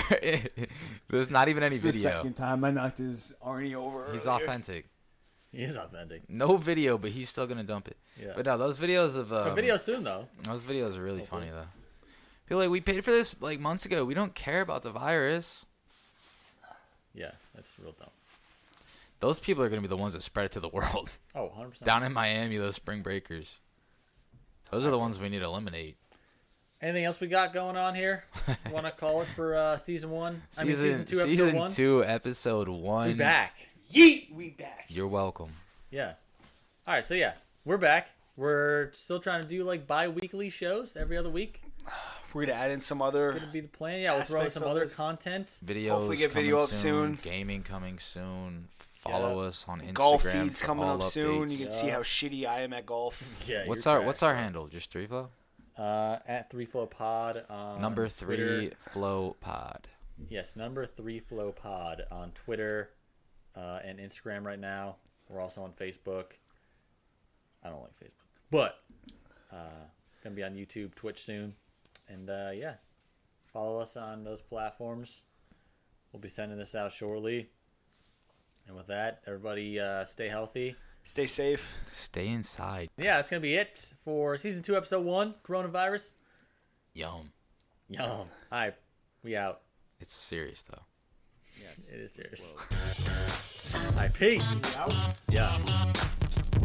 <laughs> there's not even any It's the video. second time I knocked his Arnie over. He's earlier. authentic. He is authentic. No video, but he's still gonna dump it. Yeah. But no, those videos of um, video soon though. those videos are really Oh, funny though. People are like we paid for this like months ago. We don't care about the virus. Yeah, that's real dumb. Those people are gonna be the ones that spread it to the <laughs> world. Oh, 100 percent. Down in Miami, those spring breakers. Those are the ones we need to eliminate. Anything else we got going on <laughs> here? Want to call it for uh, season one? I mean, season two, episode season one. two, episode one. We back. Yeet, we back. You're welcome. Yeah. All right, so yeah, we're back. We're still trying to do like bi-weekly shows every other week. We're gonna add in some Gonna other. be the plan. Yeah, we'll throw in Aspects some of other this. content. Videos. Hopefully get coming video up soon. Gaming coming soon. Follow Yeah. us on Instagram. Golf feeds for coming all up soon. You updates. can see how shitty I am at golf. Yeah. What's you're our correct. What's our handle? Just three flow. Uh, at Three Flow Pod on Number three Twitter. flow pod. Yes, number Three Flow Pod on Twitter uh, and Instagram right now. We're also on Facebook. I don't like Facebook, but uh, gonna be on YouTube, Twitch soon, and uh, yeah, follow us on those platforms. We'll be sending this out shortly. And with that, everybody, uh, stay healthy. Stay safe. Stay inside. Yeah, that's gonna be it for season two, episode one, coronavirus. Yum. Yum. All right, we out. It's serious though. It is serious. All right, peace. Yeah.